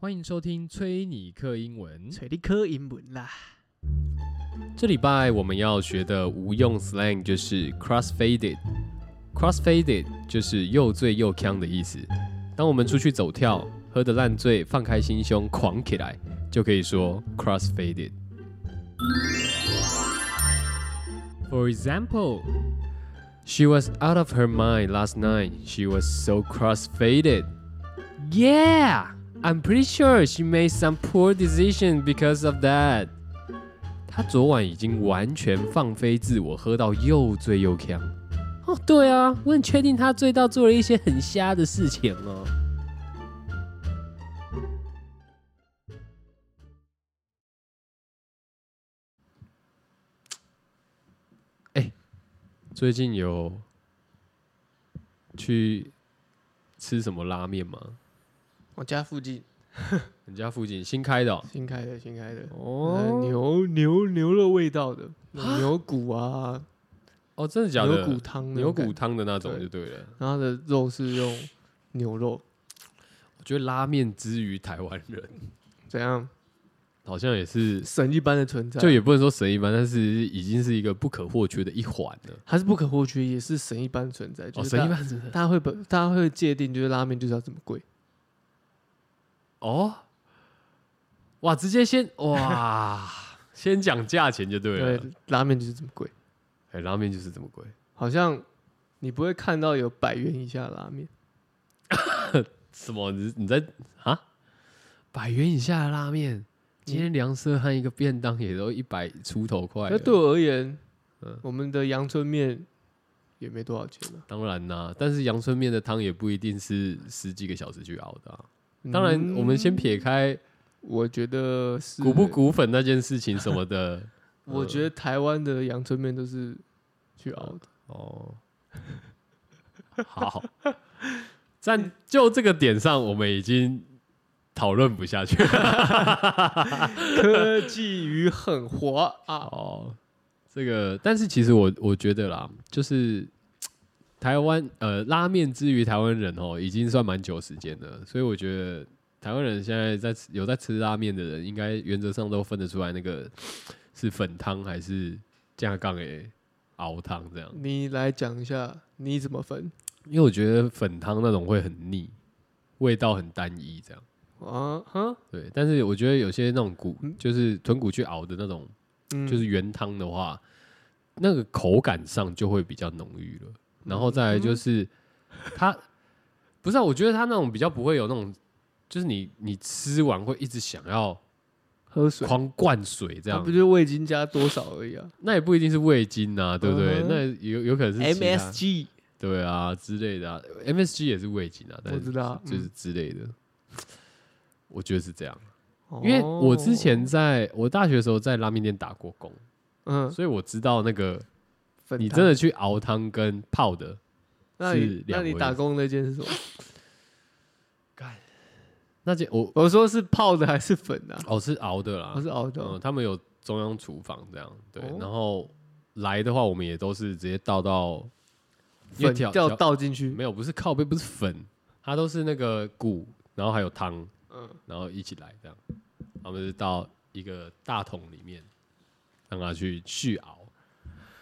欢迎收听崔尼克英文。找你考英文啦。这礼拜我们要学的无用 slang 就是 crossfaded。crossfaded 就是又醉又呛的意思。当我们出去走跳，喝得烂醉，放开心胸狂起来，就可以说 crossfaded。For example, she was out of her mind last night. She was so crossfaded. Yeah, I'm pretty sure she made some poor decision because of that. 他昨晚已经完全放飞自我，喝到又醉又呛。哦，对啊，我很确定他醉到做了一些很瞎的事情哦。哎，最近有去吃什么拉面吗？我家附近你家附近新开的哦。新开的，新开的，呃、哦牛牛牛肉味道的牛骨啊，哦，真的假牛骨的？汤那牛种感骨觉，汤的那种对就对了。然后它的肉是用牛肉，我觉得拉面之于台湾人，怎样好像也是神一般的存在，就也不能说神一般，但是已经是一个不可或缺的一环了。它是不可或缺，也是神一般的存在。就哦，是神大一，般真的大家会把大家会界定就是拉面就是要这么贵，哦，哇，直接先哇， 先讲价钱就对啊了。，拉面就是这么贵，哎，拉面就是这么贵，好像你不会看到有百元以下的拉面，什么？你你在啊？百元以下的拉面，今天凉色和一个便当也都一百出头块了。那对我而言，嗯我们的阳春面也没多少钱啊了、当然啦、但是阳春面的汤也不一定是十几个小时去熬的、啊。当然，我们先嗯撇开我觉得是股不？股粉那件事情什么的。我嗯觉得台湾的阳春面都是去熬 的，哦，好，但就这个点上，我们已经讨论不下去了。科技与狠活啊！哦，这个，但是其实我我觉得啦，就是台湾呃拉面之于台湾人哦，已经算蛮久时间了，所以我觉得台湾人现在在吃有在吃拉面的人，应该原则上都分得出来那个是粉汤还是架杠诶熬汤这样，你来讲一下你怎么分因为我觉得粉汤那种会很腻，味道很单一这样。啊？哈，对，但是我觉得有些那种骨，就是豚骨去熬的那种，嗯就是原汤的话，那个口感上就会比较浓郁了。然后嗯再来就是它，不是、啊，我觉得它那种比较不会有那种，就是你你吃完会一直想要喝水，狂灌水这它样不，就是味精加多少而已啊那也不一定是味精啊，对不对？嗯哼那有有可能是其他？MSG 对啊之类的啊，MSG 也是味精啊，但我是知道，就是嗯之类的，我觉得是这样。嗯因为我之前哦在我大学的时候在拉面店打过工，嗯，所以我知道那个粉你汤真的去熬汤跟泡的，那是你两那你回打事工那件是什么？那件我我说是泡的还是粉啊？哦是熬的啦我，是熬的嗯，哦，他们有中央厨房这样，对哦，然后来的话我们也都是直接倒到因为粉调要调倒进去，没有不是靠背不是粉，它都是那个骨，然后还有汤，嗯，然后一起来这样，他们是到一个大桶里面，让它去续熬。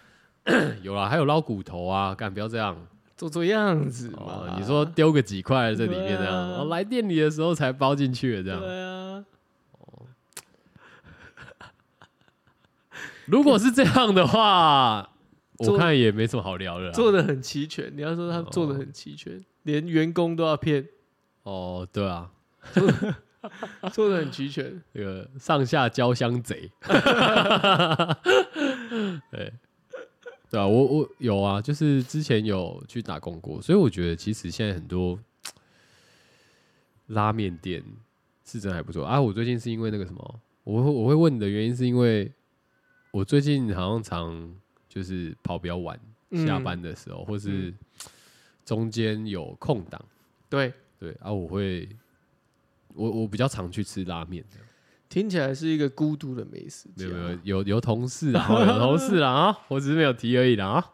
有啦，还有捞骨头啊，干不要这样。做做样子哦嘛。你说丢个几块在里面这对样，啊哦，来店里的时候才包进去的这样。对啊，如果是这样的话，做我看也没什么好聊的啦。做的很齐全。你要说他做的很齐全，连员工都要 骗，哦，对啊，做的很齐全。这个上下交相贼。 对，对啊，我我有啊，就是之前有去打工过，所以我觉得其实现在很多拉面店是真的还不错啊。我最近是因为那个什么，我会我会问你的原因是因为我最近好像常就是跑比较晚，嗯 下班的时候、或是中间有空档，对，对啊，我会我我比较常去吃拉面这样。听起来是一个孤独的美食没家。有没有有有同事啊，哦有同事啦啊，我只是没有提而已啦啊。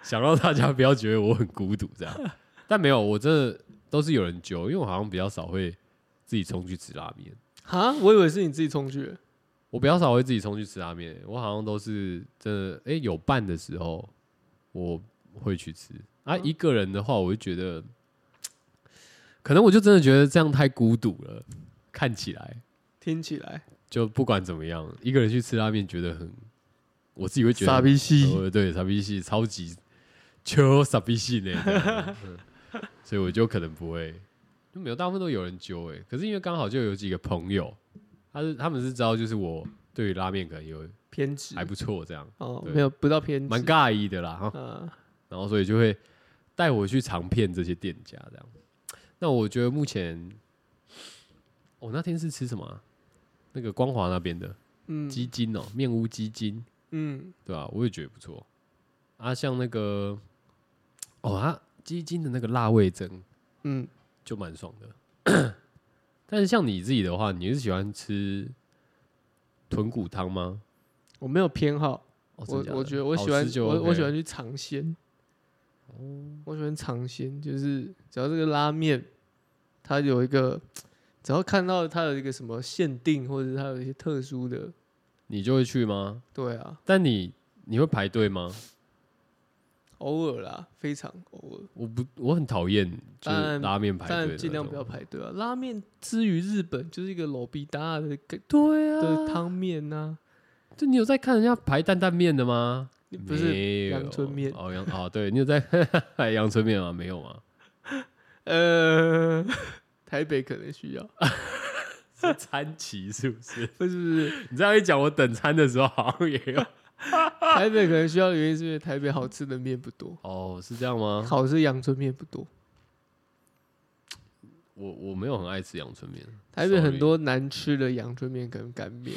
想让大家不要觉得我很孤独这样，但没有，我真的都是有人揪，因为我好像比较少会自己冲去吃拉面，哈，我以为是你自己冲去的，我比较少会自己冲去吃拉面，我好像都是真的，哎、有伴的时候我会去吃啊，嗯一个人的话，我就觉得，可能我就真的觉得这样太孤独了，看起来听起来就不管怎么样，一个人去吃拉面觉得很，我自己会觉得傻逼戏。呃，对，傻逼系超级求傻逼系呢，这样嗯所以我就可能不会，就没有大部分都有人揪哎、可是因为刚好就有几个朋友，他是他们是知道就是我对于拉面可能有偏执还不错这样，哦，对没有不到偏执，蛮尬意的啦哈，呃，然后所以就会带我去尝遍这些店家这样。那我觉得目前，我、那天是吃什么啊、那个光华那边的嗯鸡精哦、面屋鸡精，嗯，对啊，我也觉得不错。啊，像那个，哦，它鸡精的那个辣味蒸嗯，就蛮爽的。 但是像你自己的话，你是喜欢吃豚骨汤吗？我没有偏好，哦、真我的假的我觉得我好喜欢吃就我 OK 哦我喜欢去尝鲜，我喜欢尝鲜，就是只要这个拉面，它有一个，只要看到它有一个什么限定，或者是它有一些特殊的，你就会去吗？对啊，但你你会排队吗？偶尔啦，非常偶尔，我不，我很讨厌就当是然拉面排队的那种，但尽量不要排队啊。拉面之于日本就是一个老逼大的个对啊，的汤面呐，就你有在看人家排担担面的吗？你 不是没有阳春面哦，阳哦，对你有在 排阳春面吗？没有 吗？呃，台北可能需要，是餐旗是不是？不是不是。你这样一讲，我等餐的时候好像也有。 台北可能需要的原因是因为台北好吃的面不多，哦，是这样吗？好吃阳春面不多。我我没有很爱吃阳春面。台北很多难吃的阳春面跟干面，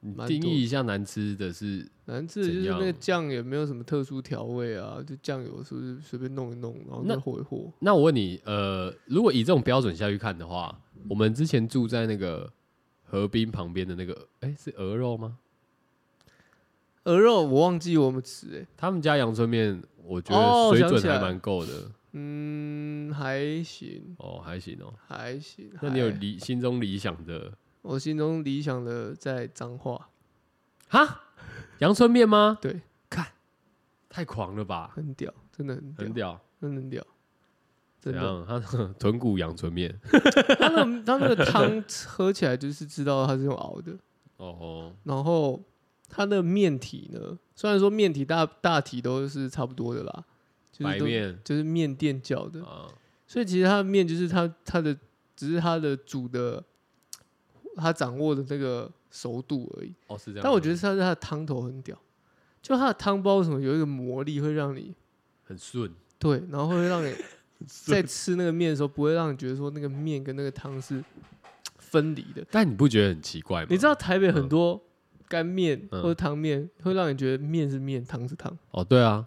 你蛮多定义一下难吃的是难吃的就是怎样那个酱也没有什么特殊调味啊，就酱油是不是随便弄一弄，然后那再和一和。那我问你，呃，如果以这种标准下去看的话，我们之前住在那个河滨旁边的那个，哎、是鹅肉吗？鹅肉我忘记我们吃哎、他们家阳春面，我觉得哦水想准起来还蛮够的嗯，还行哦还行哦。还行。那你有还理心中理想的我心中理想的在彰化，哈阳春面吗？对，看太狂了 吧，很屌，真的很屌，很屌。真的很屌，怎啊真的。样？他豚骨阳春面他那个他那个汤喝起来就是知道它是用熬的。哦，然后它的面体呢，虽然说面体大大体都是差不多的啦，就是白都嗯面就是面店叫的，啊，所以其实它的面就是它它的只是它的煮的，它掌握的那个熟度而已。哦是这样吗。但我觉得它的它的汤头很屌，就它的汤包什么有一个魔力会让你很顺，对，然后会 让你在吃那个面的时候不会让你觉得说那个面跟那个汤是分离的。但你不觉得很奇怪吗？你知道台北嗯很多干面嗯或者汤面，会让你觉得面是面，汤是汤。哦，对啊，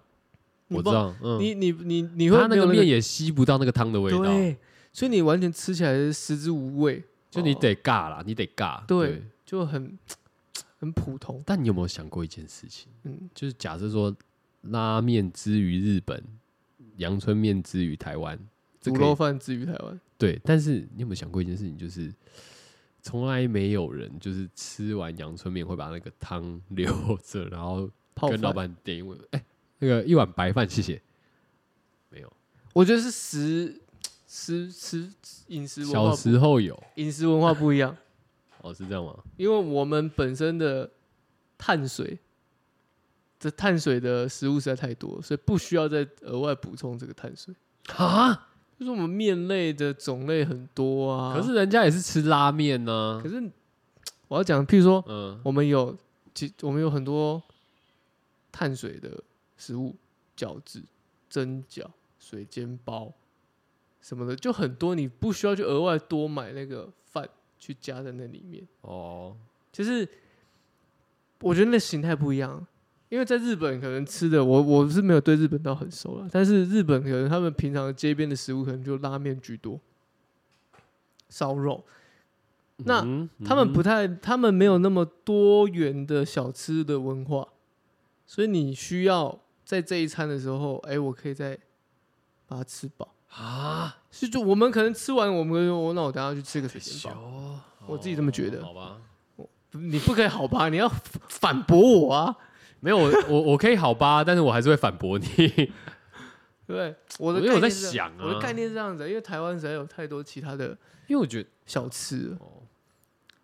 你我不知道，嗯，你你你你会他那没有个那面也吸不到那个汤的味道，对，所以你完全吃起来是食之无味，就你得尬啦，你得尬。对就很很普通。但你有没有想过一件事情？嗯，就是假设说拉面之于日本，阳春面之于台湾，这卤可以肉饭至于台湾，对，但是你有没有想过一件事情？就是从来没有人就是吃完阳春面会把那个汤 留着，然后泡跟老饭，板点一碗，哎、那个一碗白饭，谢谢。没有，我觉得是食食食饮食文小化不时候有饮食文化不一样，哦，是这样吗？因为我们本身的碳水。这碳水的食物实在太多，所以不需要再额外补充这个碳水。啊，就是我们面类的种类很多啊。可是人家也是吃拉面呢、可是我要讲，譬如说嗯，我们有其我们有很多碳水的食物，饺子、蒸饺、水煎包什么的，就很多，你不需要去额外多买那个饭去加在那里面。哦，就是我觉得那形态不一样，因为在日本可能吃的我我是没有对日本到很熟了，但是日本可能他们平常街边的食物可能就拉面居多，烧肉。那嗯他们不嗯太，他们没有那么多元的小吃的文化，所以你需要在这一餐的时候，哎、我可以再把它吃饱。啊，是就我们可能吃完，我们可能说哦，那我等下去吃个水球煎包。，我自己这么觉得哦哦好吧，你不可以好吧？你要反驳我啊！没有我我我可以好吧，但是我还是会反驳你。 对不对，我的因为我概念在是这样想啊我的概念是这样子，因为台湾实在有太多其他的因为我觉得，小吃了，哦，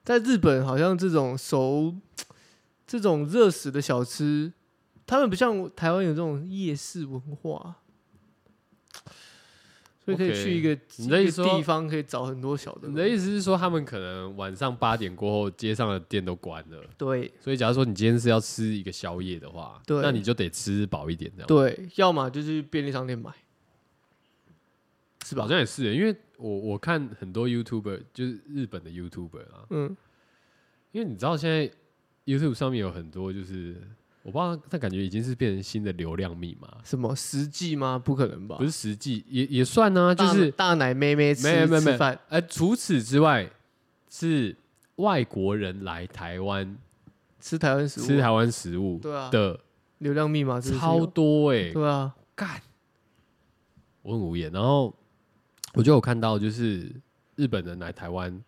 在日本好像这种熟、这种热死的小吃，他们不像台湾有这种夜市文化，啊所以可以 OK，去一个你的意一思个说地方可以找很多小的东你西。的意思是说，他们可能晚上八点过后，街上的店都关了，对所以假如说你今天是要吃一个宵夜的话，对那你就得吃饱一点，这样对，要么就去便利商店买，是吧好？像也是耶，因为我我看很多 YouTuber，就是日本的 YouTuber 啊，嗯，因为你知道现在 YouTube 上面有很多就是，我不知道，但感觉已经是变成新的流量密码，什么实际吗？不可能吧？不是实际也也算呢、就大，是大奶妹妹吃没有没有没有吃饭，呃，除此之外是外国人来台湾吃台湾食物，啊吃台湾食物对啊，的流量密码真的是超有多哎、对啊，干，我很无言。然后我就有看到就是日本人来台湾，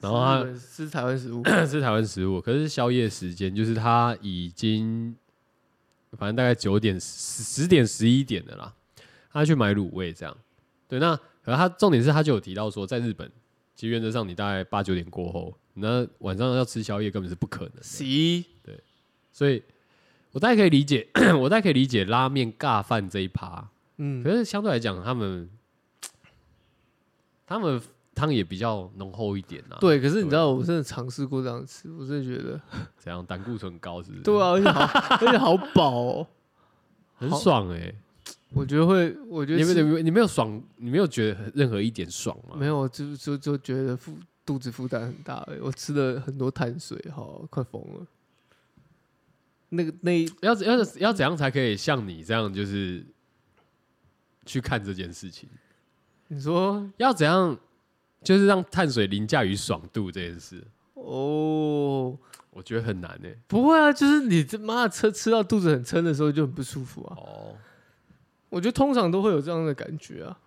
然后他吃日本吃台 湾食物， 是台湾食物，可是宵夜时间就是他已经，反正大概九点、十十点、十一点的啦，他去买卤味这样。对，那可是他重点是他就有提到说，在日本，其实原则上你大概八九点过后，你那晚上要吃宵夜根本是不可能的，十一所以我大概可以理解， 我大概可以理解拉面尬饭这一趴， 嗯可是相对来讲，他们他们汤也比较浓厚一点啊，，对，可是你知道我真的尝试过这样吃，我真的觉得，怎样胆固醇高是不是？对，啊，而且好而 且好饱哦，很好爽哎、我觉得会，我觉你得没吃有你没有你没有爽，你没有觉得任何一点爽吗？没有，就就就觉得负肚子负担很大而已，我吃了很多碳水，好快疯了。那个那一要要要怎样才可以像你这样，就是去看这件事情？你说要怎样，就是让碳水凌驾于爽度这件事？哦，我觉得很难呢、欸不会啊，就是你这妈的吃吃到肚子很撑的时候就很不舒服啊。哦，我觉得通常都会有这样的感觉啊。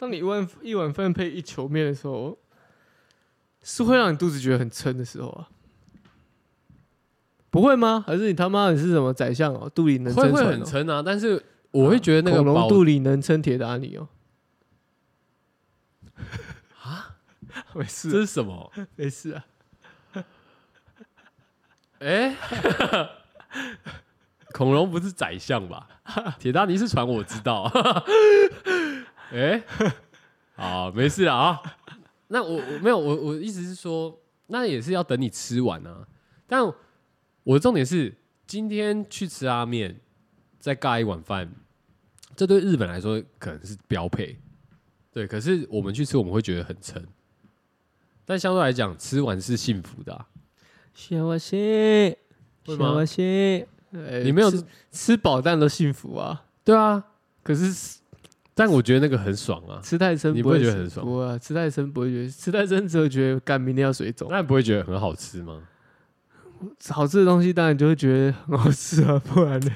当你一碗一碗饭配一球面的时候，是会让你肚子觉得很撑的时候啊。不会吗？还是你他妈你是什么宰相哦？肚里能会撑船、哦、啊会很撑啊，但是我会觉得那个恐龙饱肚里能撑铁打你哦。 啊？ 没这事，是什么？没事啊。哎、 恐龙不是宰相吧？铁达尼是船，我知道。 哎、好，没事了啊。那我我没有我我意思是说，那也是要等你吃完啊。但我的重点是，今天去吃拉面，再尬一碗饭，这对日本来说可能是标配。对，可是我们去吃，我们会觉得很撑。但相对来讲，吃完是幸福的、啊。幸せ，会吗幸せ。哎你没有吃吃饱但都幸福啊。对啊，可是但我觉得那个很爽啊，吃太撑你会不会觉得很爽不会啊，吃太撑不会觉得，吃太撑只会觉得干明天要水肿。那你不会觉得很好吃吗？好吃的东西当然就会觉得很好吃啊，不然呢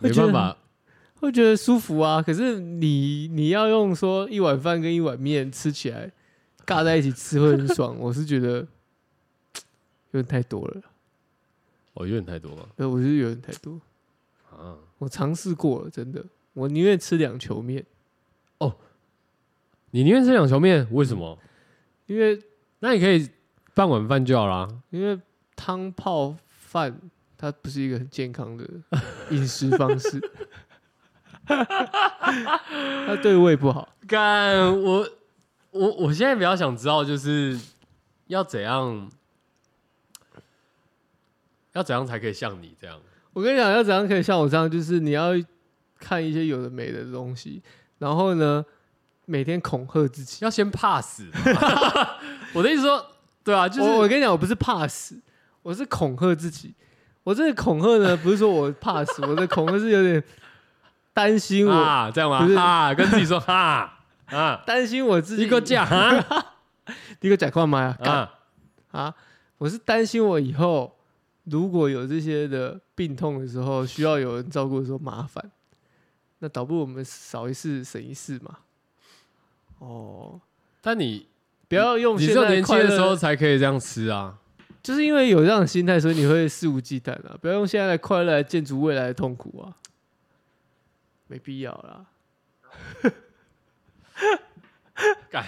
会没觉得办法，会觉得舒服啊。可是你你要用说一碗饭跟一碗面吃起来尬在一起吃会很爽， 我是觉得有点太多了，哦，有点太多了对我觉得有点太多。啊。我尝试过了，真的，我宁愿吃两球面，你宁愿吃两球面，为什么？因为那你可以半碗饭就好啦。因为汤泡饭它不是一个很健康的 饮食方式， 它对胃不好。干，我我我现在比较想知道，就是要怎样，要怎样才可以像你这样？我跟你讲，要怎样可以像我这样，就是你要看一些有的没的东西，然后呢，每天恐吓自己。要先怕死吧。 我的意思说，对啊，就我我是跟你讲，我不是怕死，我是恐吓自己。我这个恐吓呢，不是说我 怕死，我的恐吓是有点担心我啊，这样吗不？是啊，跟自己说哈啊，担心我自己一个价哈一个假矿买啊干啊，啊！我是担心我以后如果有这些的病痛的时候，需要有人照顾的时候麻烦，那倒不如我们少一事省一事嘛。哦，但你不要用你现只有在年轻快的乐时候，才可以这样吃啊。就是因为有这样的心态，所以你会肆无忌惮啊！不要用现在的快乐来建筑未来的痛苦啊，没必要啦。 干，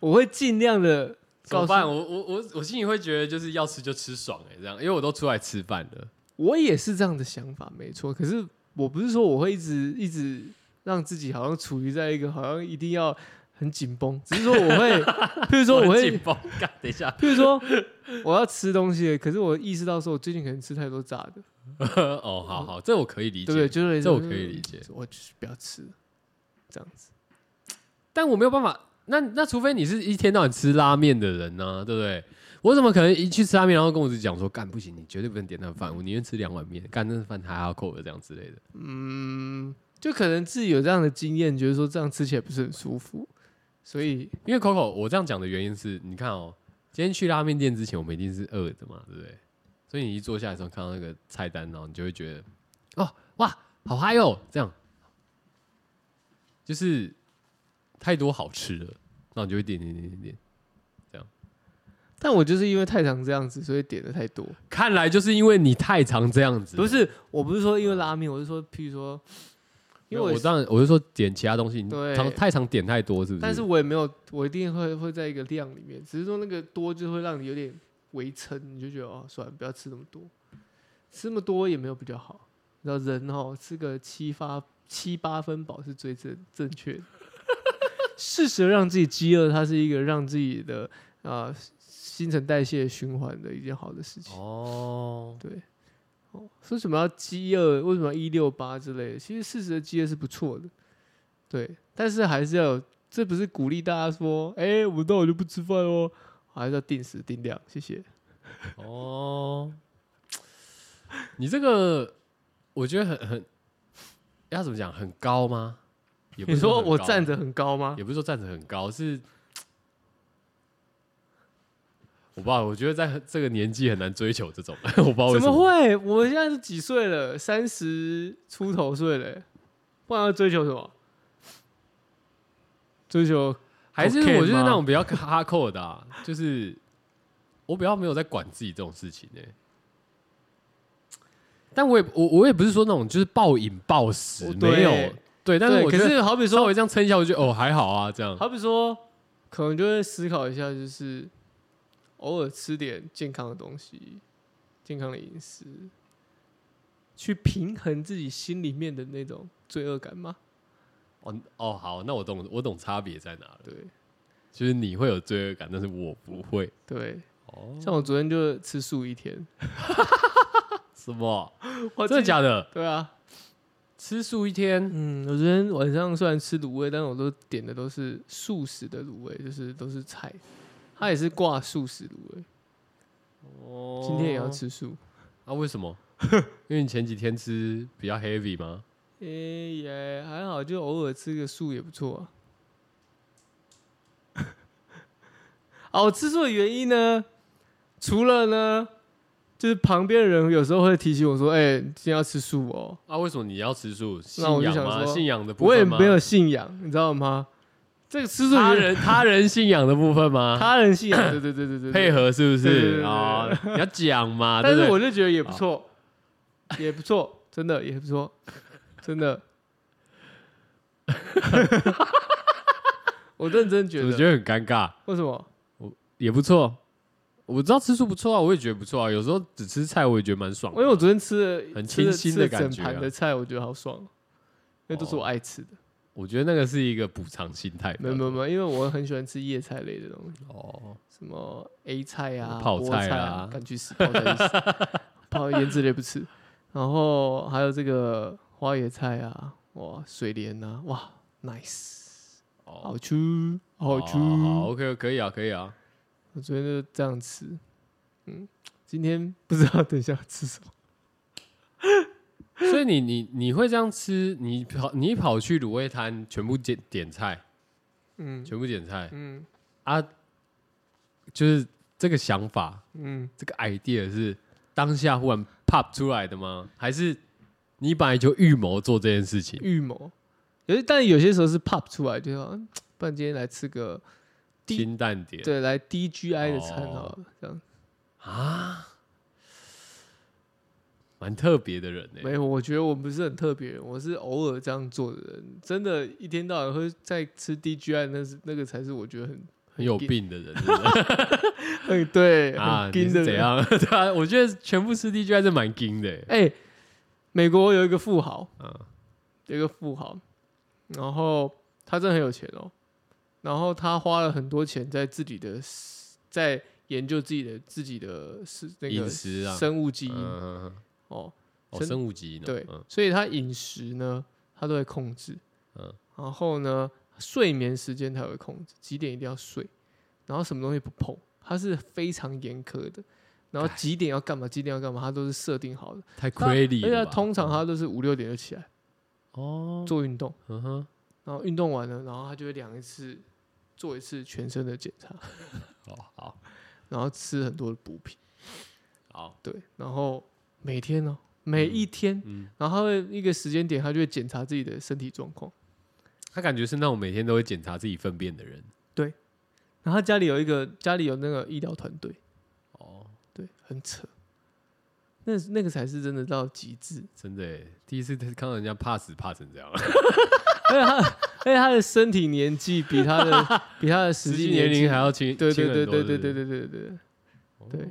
我会尽量的怎告么诉办？我我我我心里会觉得就是要吃就吃爽哎、这样，因为我都出来吃饭了。我也是这样的想法，没错。可是我不是说我会一直一直让自己好像处于在一个好像一定要很紧绷，只是说我会， 譬如说我我会，紧绷感，等一下，譬如说我要吃东西了，可是我意识到说我最近可能吃太多炸的， 哦，好好，这我可以理对不对？解，就是这我可以理解，我就是不要吃这样子。但我没有办法。那那除非你是一天到晚吃拉面的人呢、对不对？我怎么可能一去吃拉面，然后跟我自己讲说，干不行，你绝对不能点那饭，我宁愿吃两碗面，干那饭还要扣的这样之类的。嗯，就可能自己有这样的经验，觉得说这样吃起来不是很舒服，所以因为 Coco，我这样讲的原因是，你看哦，今天去拉面店之前，我们一定是饿的嘛，对不对？所以你一坐下来的时候，看到那个菜单，然后你就会觉得，哦，哇，好嗨哦，这样，就是太多好吃了，那你就会点点点点点。但我就是因为太常这样子，所以点的太多。看来就是因为你太常这样子了，不是，我不是说因为拉面，我是说，譬如说，没因有？因为为我我这样，我是说点其他东西，你对常太常点太多，是不是？但是我也没有，我一定会会在一个量里面，只是说那个多就会让你有点微撑，你就觉得哦，算了，不要吃那么多，吃那么多也没有比较好。你知道人哦，吃个七八七八分饱是最正正确 的。适时地让自己饥饿，它是一个让自己的啊、呃新陈代谢循环的一件好的事情。哦，对，哦，说什么要饥饿，为什么要一六八之类的？其实适时的饥饿是不错的，对，但是还是要有，这不是鼓励大家说，哎、我们到晚就不吃饭哦，还是要定时定量，谢谢。哦，你这个我觉得很很要怎么讲，很高吗？也不你是说很我高啊站，着很高吗？也不是说站着很高，是我不知道。我觉得在这个年纪很难追求这种， 我不知道为怎什么会？我们现在是几岁了？三十出头岁了、不然要追求什么？追求还是 OK 我就是吗那种比较哈扣的、啊，就是我比较没有在管自己这种事情呢、欸但我也我我也不是说那种就是暴饮暴食，哦对没有对，但是对我可觉得是好比稍说微这样撑一下，我就觉得哦还好啊，这样好比说，可能就会思考一下，就是偶尔吃点健康的东西，健康的饮食，去平衡自己心里面的那种罪恶感嘛。哦哦好，那我懂我懂差别在哪了，对就是你会有罪恶感，但是我不会对，哦，像我昨天就吃素一天，什么我真的假的？对啊，吃素一天嗯，我昨天晚上虽然吃卤味，但我都点的都是素食的卤味，就是都是菜，它也是挂素食卤味。哦今天也要吃素，啊？为什么？ 因为你前几天吃比较 heavy 吗？诶、也还好，就偶尔吃个素也不错啊。 哦，我吃素的原因呢，除了呢，就是旁边的人有时候会提醒我说：“哎、今天要吃素哦。啊，为什么你要吃素？信那我就仰想吗？说信仰的”部我也分吗？没有信仰，你知道吗？这个吃素他原因人他人信仰的部分吗？ 他人信仰，对对对对对，对 配。合是不对对对是对啊？哦你要讲嘛， 但对是不我对就觉得也不错，也不错，真的也不错，真的。 我认真觉我得，觉得很尴尬，为什么？也不错。我知道吃素不错啊，我也觉得不错啊。有时候只吃菜，我也觉得蛮爽因的。为我昨天吃了很吃清了新吃的了感觉整啊哦盘的菜，我觉得好爽，因为都是我爱吃的。我觉得那个是一个补偿心态。没有没有没有，因为我很喜欢吃叶菜类的东西，哦，什么 A 菜啊、泡菠菜菜啊敢去死，泡菜去死泡腌制类不吃。然后还有这个花椰菜啊，哇，水莲啊，哇，nice，哦，好吃，好吃。好，OK，可以啊，可以啊。我昨天就这样吃，嗯，今天不知道等一下吃什么。 所以你你你会这样吃？你跑你跑去卤味摊，全部点点菜，嗯全部点菜嗯啊，就是这个想法，嗯，这个 idea 是当下忽然 pop 出来的吗？还是你本来就预谋做这件事情，预谋。有些但有些时候是 pop 出来，就好像，不然今天来吃个低清淡点对来 DGI 的餐好了，这样啊，蛮特别的人呢、欸没有。我觉得我不是很特别，我是偶尔这样做的人。真的，一天到晚会在吃 DGI，那是那个才是我觉得很很有劲病的人是不 是很对啊，很你劲是的怎人。样？ 对啊，我觉得全部吃 DJ 还是蛮精的、欸，哎、美国有一个富豪，啊有一个富豪，然后他真的很有钱哦，然后他花了很多钱在自己的在研究自己的自己的是那饮个食啊生物基因、嗯嗯嗯哦，哦，生生物基因哦、对，嗯所以他饮食呢，他都会控制，嗯然后呢，睡眠时间他也会控制，几点一定要睡，然后什么东西不碰，他是非常严苛的，然后几点要干嘛，几点要干嘛，他都是设定好的，太他 crazy 而且了他吧。通常他都是五六点就起来哦，做运动，嗯哼，然后运动完了，然后他就会量一次，做一次全身的检查， 哦，好，然后吃很多的补品，好，对，然后每天哦，每一天，嗯，然后他会一个时间点，他就会检查自己的身体状况。他感觉是那种每天都会检查自己粪便的人。然后他家里有一个家里有那个医疗团队，哦，对，很扯。那那个才是真的到极致， 真的欸，第一次看到人家怕死怕成这样，而且他，而且他的身体年纪比他的比他的实实际际年纪龄还要轻，对轻很对对多对对对是对对对，不是对哦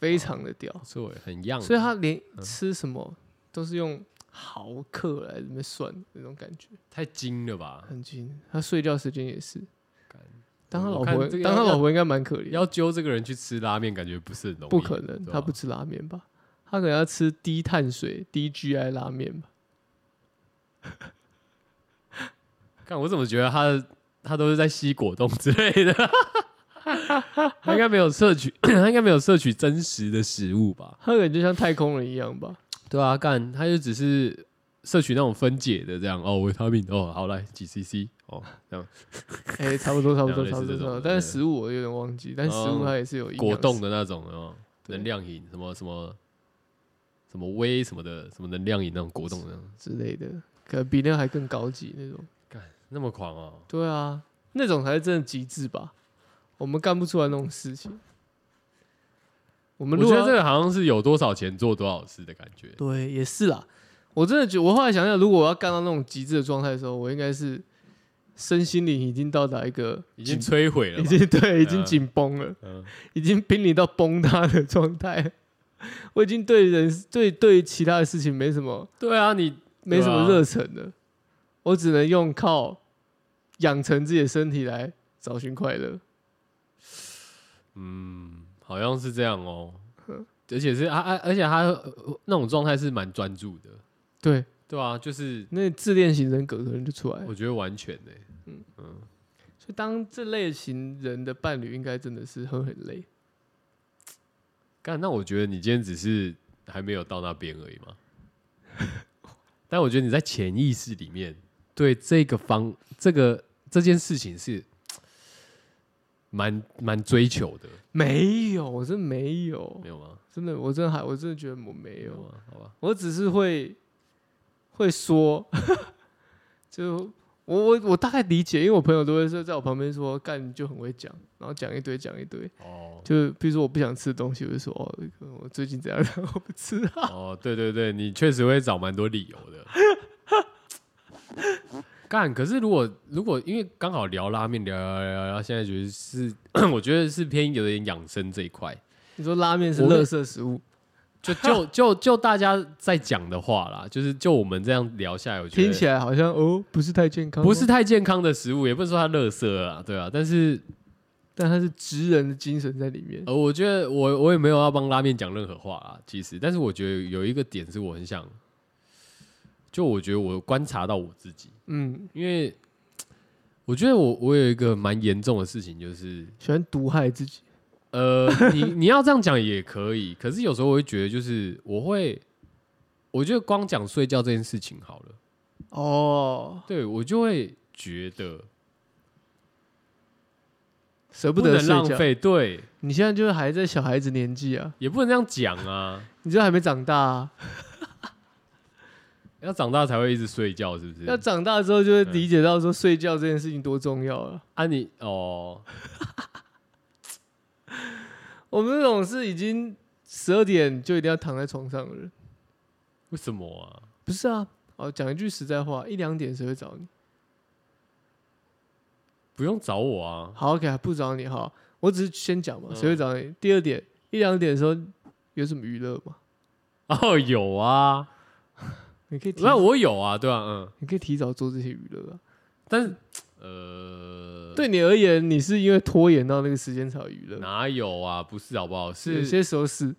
非常的屌。不错欸，很样。所以他连嗯吃什么都是用毫克来这边算的那种感觉，太精了吧？很精。他睡觉时间也是，干当他我老看婆，这个当要他老婆应该蛮可怜，要揪这个人去吃拉面，感觉不是很容易。不可能，对他吧不吃拉面吧？他可能要吃低碳水、低 GI 拉面吧？看我怎么觉得他他都是在吸果冻之类的， 他应该没有摄取， 他应该没有摄取真实的食物吧？他可能就像太空人一样吧？对啊，干他就只是摄取那种分解的这样哦，维他命哦，好来几 CC 哦，这样哎、差不多，差不多，类似差不多， 这差种不多。的但对是食物我有点忘记，但食哦物它也是有营养果冻素的那种哦，对能量饮什么什么什么微什么的，什么能量饮那种果冻那样，之类的，可能比那个还更高级那种。那么狂哦，对啊，那种才是真的极致吧？我们干不出来那种事情。我们我如觉果得要这个好像是有多少钱做多少事的感觉。对，也是啦。我真的觉我后来想想，如果我要干到那种极致的状态的时候，我应该是身心灵已经到达一个已经紧摧毁了吧，已经对，已经嗯紧绷了，嗯已经濒临到崩塌的状态。 我已经对人对对其他的事情没什么对啊，你没什么对啊热忱了，我只能用靠养成自己的身体来找寻快乐。嗯，好像是这样哦嗯。而且是啊啊，而且他呃那种状态是蛮专注的，对，对啊，就是那自恋型人格可能就出来了。我觉得完全欸呢、所以当这类型人的伴侣，应该真的是会很累。干，那我觉得你今天只是还没有到那边而已嘛。但我觉得你在潜意识里面对这个方这个这件事情是蛮蛮追求的，没有，我真没有没，有吗？真的，我真的还，我真的觉得我没没有啊有，吗？好吧，我只是会会说， 就我我我大概理解，因为我朋友都会说在我旁边说，干你就很会讲，然后讲一堆讲一堆，哦就比如说我不想吃的东西，我就说哦，可能我最近怎样，然后不吃啊，哦，对对对，你确实会找蛮多理由的。干，可是如果如果因为刚好聊拉面聊聊聊聊，现在觉得是 我觉得是偏有点养生这一块。 你说拉面是我会垃圾食物，就 就就就大家在讲的话啦，就是就我们这样聊下来，我觉听起嗯得来好像哦不是太健康，不是，太健康的食物，也不是说它垃圾啦，对啊。但是但它是职人的精神在里面，呃，我觉得我我也没有要帮拉面讲任何话啊，其实，但是我觉得有一个点是我很想，就我觉得我观察到我自己，嗯，因为我觉得我我有一个蛮严重的事情，就是喜欢毒害自己，呃，你你要这样讲也可以，可是有时候我会觉得，就是我会，我觉得光讲睡觉这件事情好了，哦，对我就会觉得舍不不得能睡浪觉。费，对，你现在就是还在小孩子年纪啊，也不能这样讲啊，你这还没长大啊。要长大才会一直睡觉，是不要是？长大之后就会理解到说睡觉这件事情多重要了。啊你，哦，我们这种是已经十二点就一定要躺在床上的人，为什么啊？不是啊？哦，讲一句实在话，一两点谁会找你？不用找我啊！好，OK，不找你好，我只是先讲嘛，嗯谁会找你？第二点，一两点的时候有什么娱乐吗？哦，有啊，你可以提，那我有啊，对啊，嗯，你可以提早做这些娱乐啊。但是呃，对你而言，你是因为拖延到那个时间才有娱乐，哪有啊？不是好不好？有是些时候是，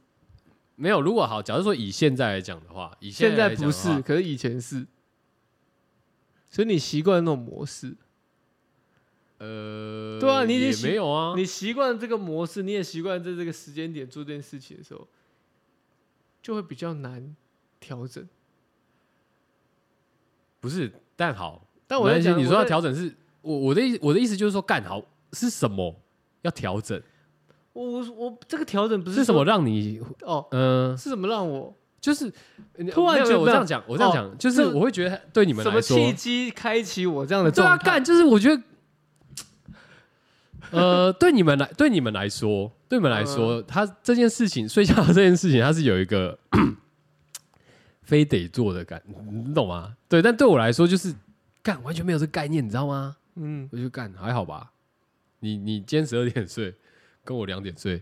没有。如果好，假如说以现在来讲的话，以现在来在讲不的是，话，可是以前是，所以你习惯那种模式，呃，对啊你已经也习没有啊，你习惯这个模式，你也习惯在这个时间点做这件事情的时候，就会比较难调整。不是。但好，但我在没关讲，系你我说要在调整是，我我的意我的意思就是说，干好是什么要调整？我我我这个调整不是什说么让你哦，嗯、是什么让我就是呃突然没有觉得我这样讲，我这样讲，哦就是这我会觉得对你们什来么说，契机开启我这样的对啊，状态？干就是我觉得， 呃，对你们来，对你们来说，对你们来说，他这件事情睡觉这件事情，它是有一个 非得做的感，你懂吗？对，但对我来说就是干完全没有这个概念，你知道吗？嗯，我就干还好吧。你你今天十二点睡，跟我两点睡，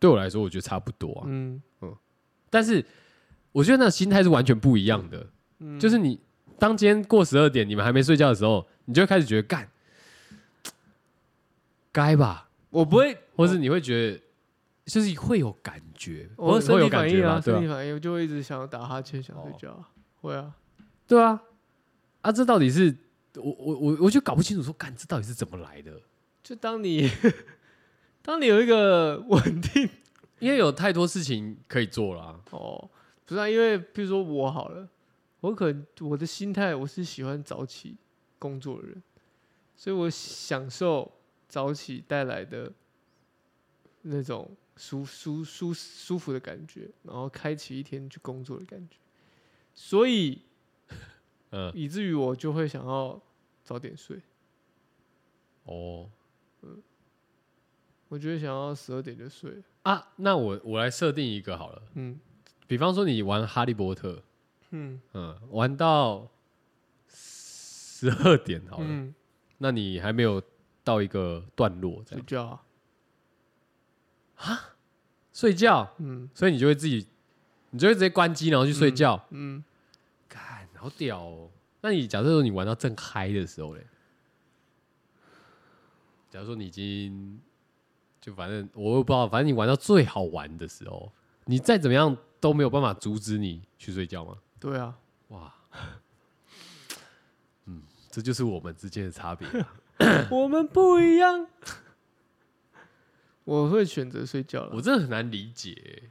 对我来说我觉得差不多啊。嗯但是我觉得那心态是完全不一样的。嗯就是你当今天过十二点，你们还没睡觉的时候，你就会开始觉得干，该吧，我不会，或是你会觉得就是会有感觉，我会身会体有反感应觉啊，吧，对身体啊，反应，我就会一直想要打哈欠，想睡哦觉啊，会啊，对啊，啊，这到底是我我我我就搞不清楚说干这到底是怎么来的，就当你 当你有一个稳定因为有太多事情可以做了啊、哦，不是啊，因为比如说我好了，我可能我的心态我是喜欢早起工作的人，所以我享受早起带来的那种舒舒舒舒服的感觉，然后开启一天去工作的感觉，所以嗯，以至于我就会想要早点睡，哦我就会想要十二点就睡了，啊，那我我来设定一个好了，嗯比方说你玩哈利波特，嗯嗯，玩到十二点好了。嗯，那你还没有到一个段落，这睡样觉啊，睡觉，嗯所以你就会自己，你就会直接关机，然后去睡觉。嗯，干、好屌哦！那你假设说你玩到正嗨的时候嘞，假如说你已经就反正我也不知道，反正你玩到最好玩的时候，你再怎么样都没有办法阻止你去睡觉吗？对啊，哇， 嗯，这就是我们之间的差 别啊、我们不一样。 我会选择睡觉了我。真的很难理解欸、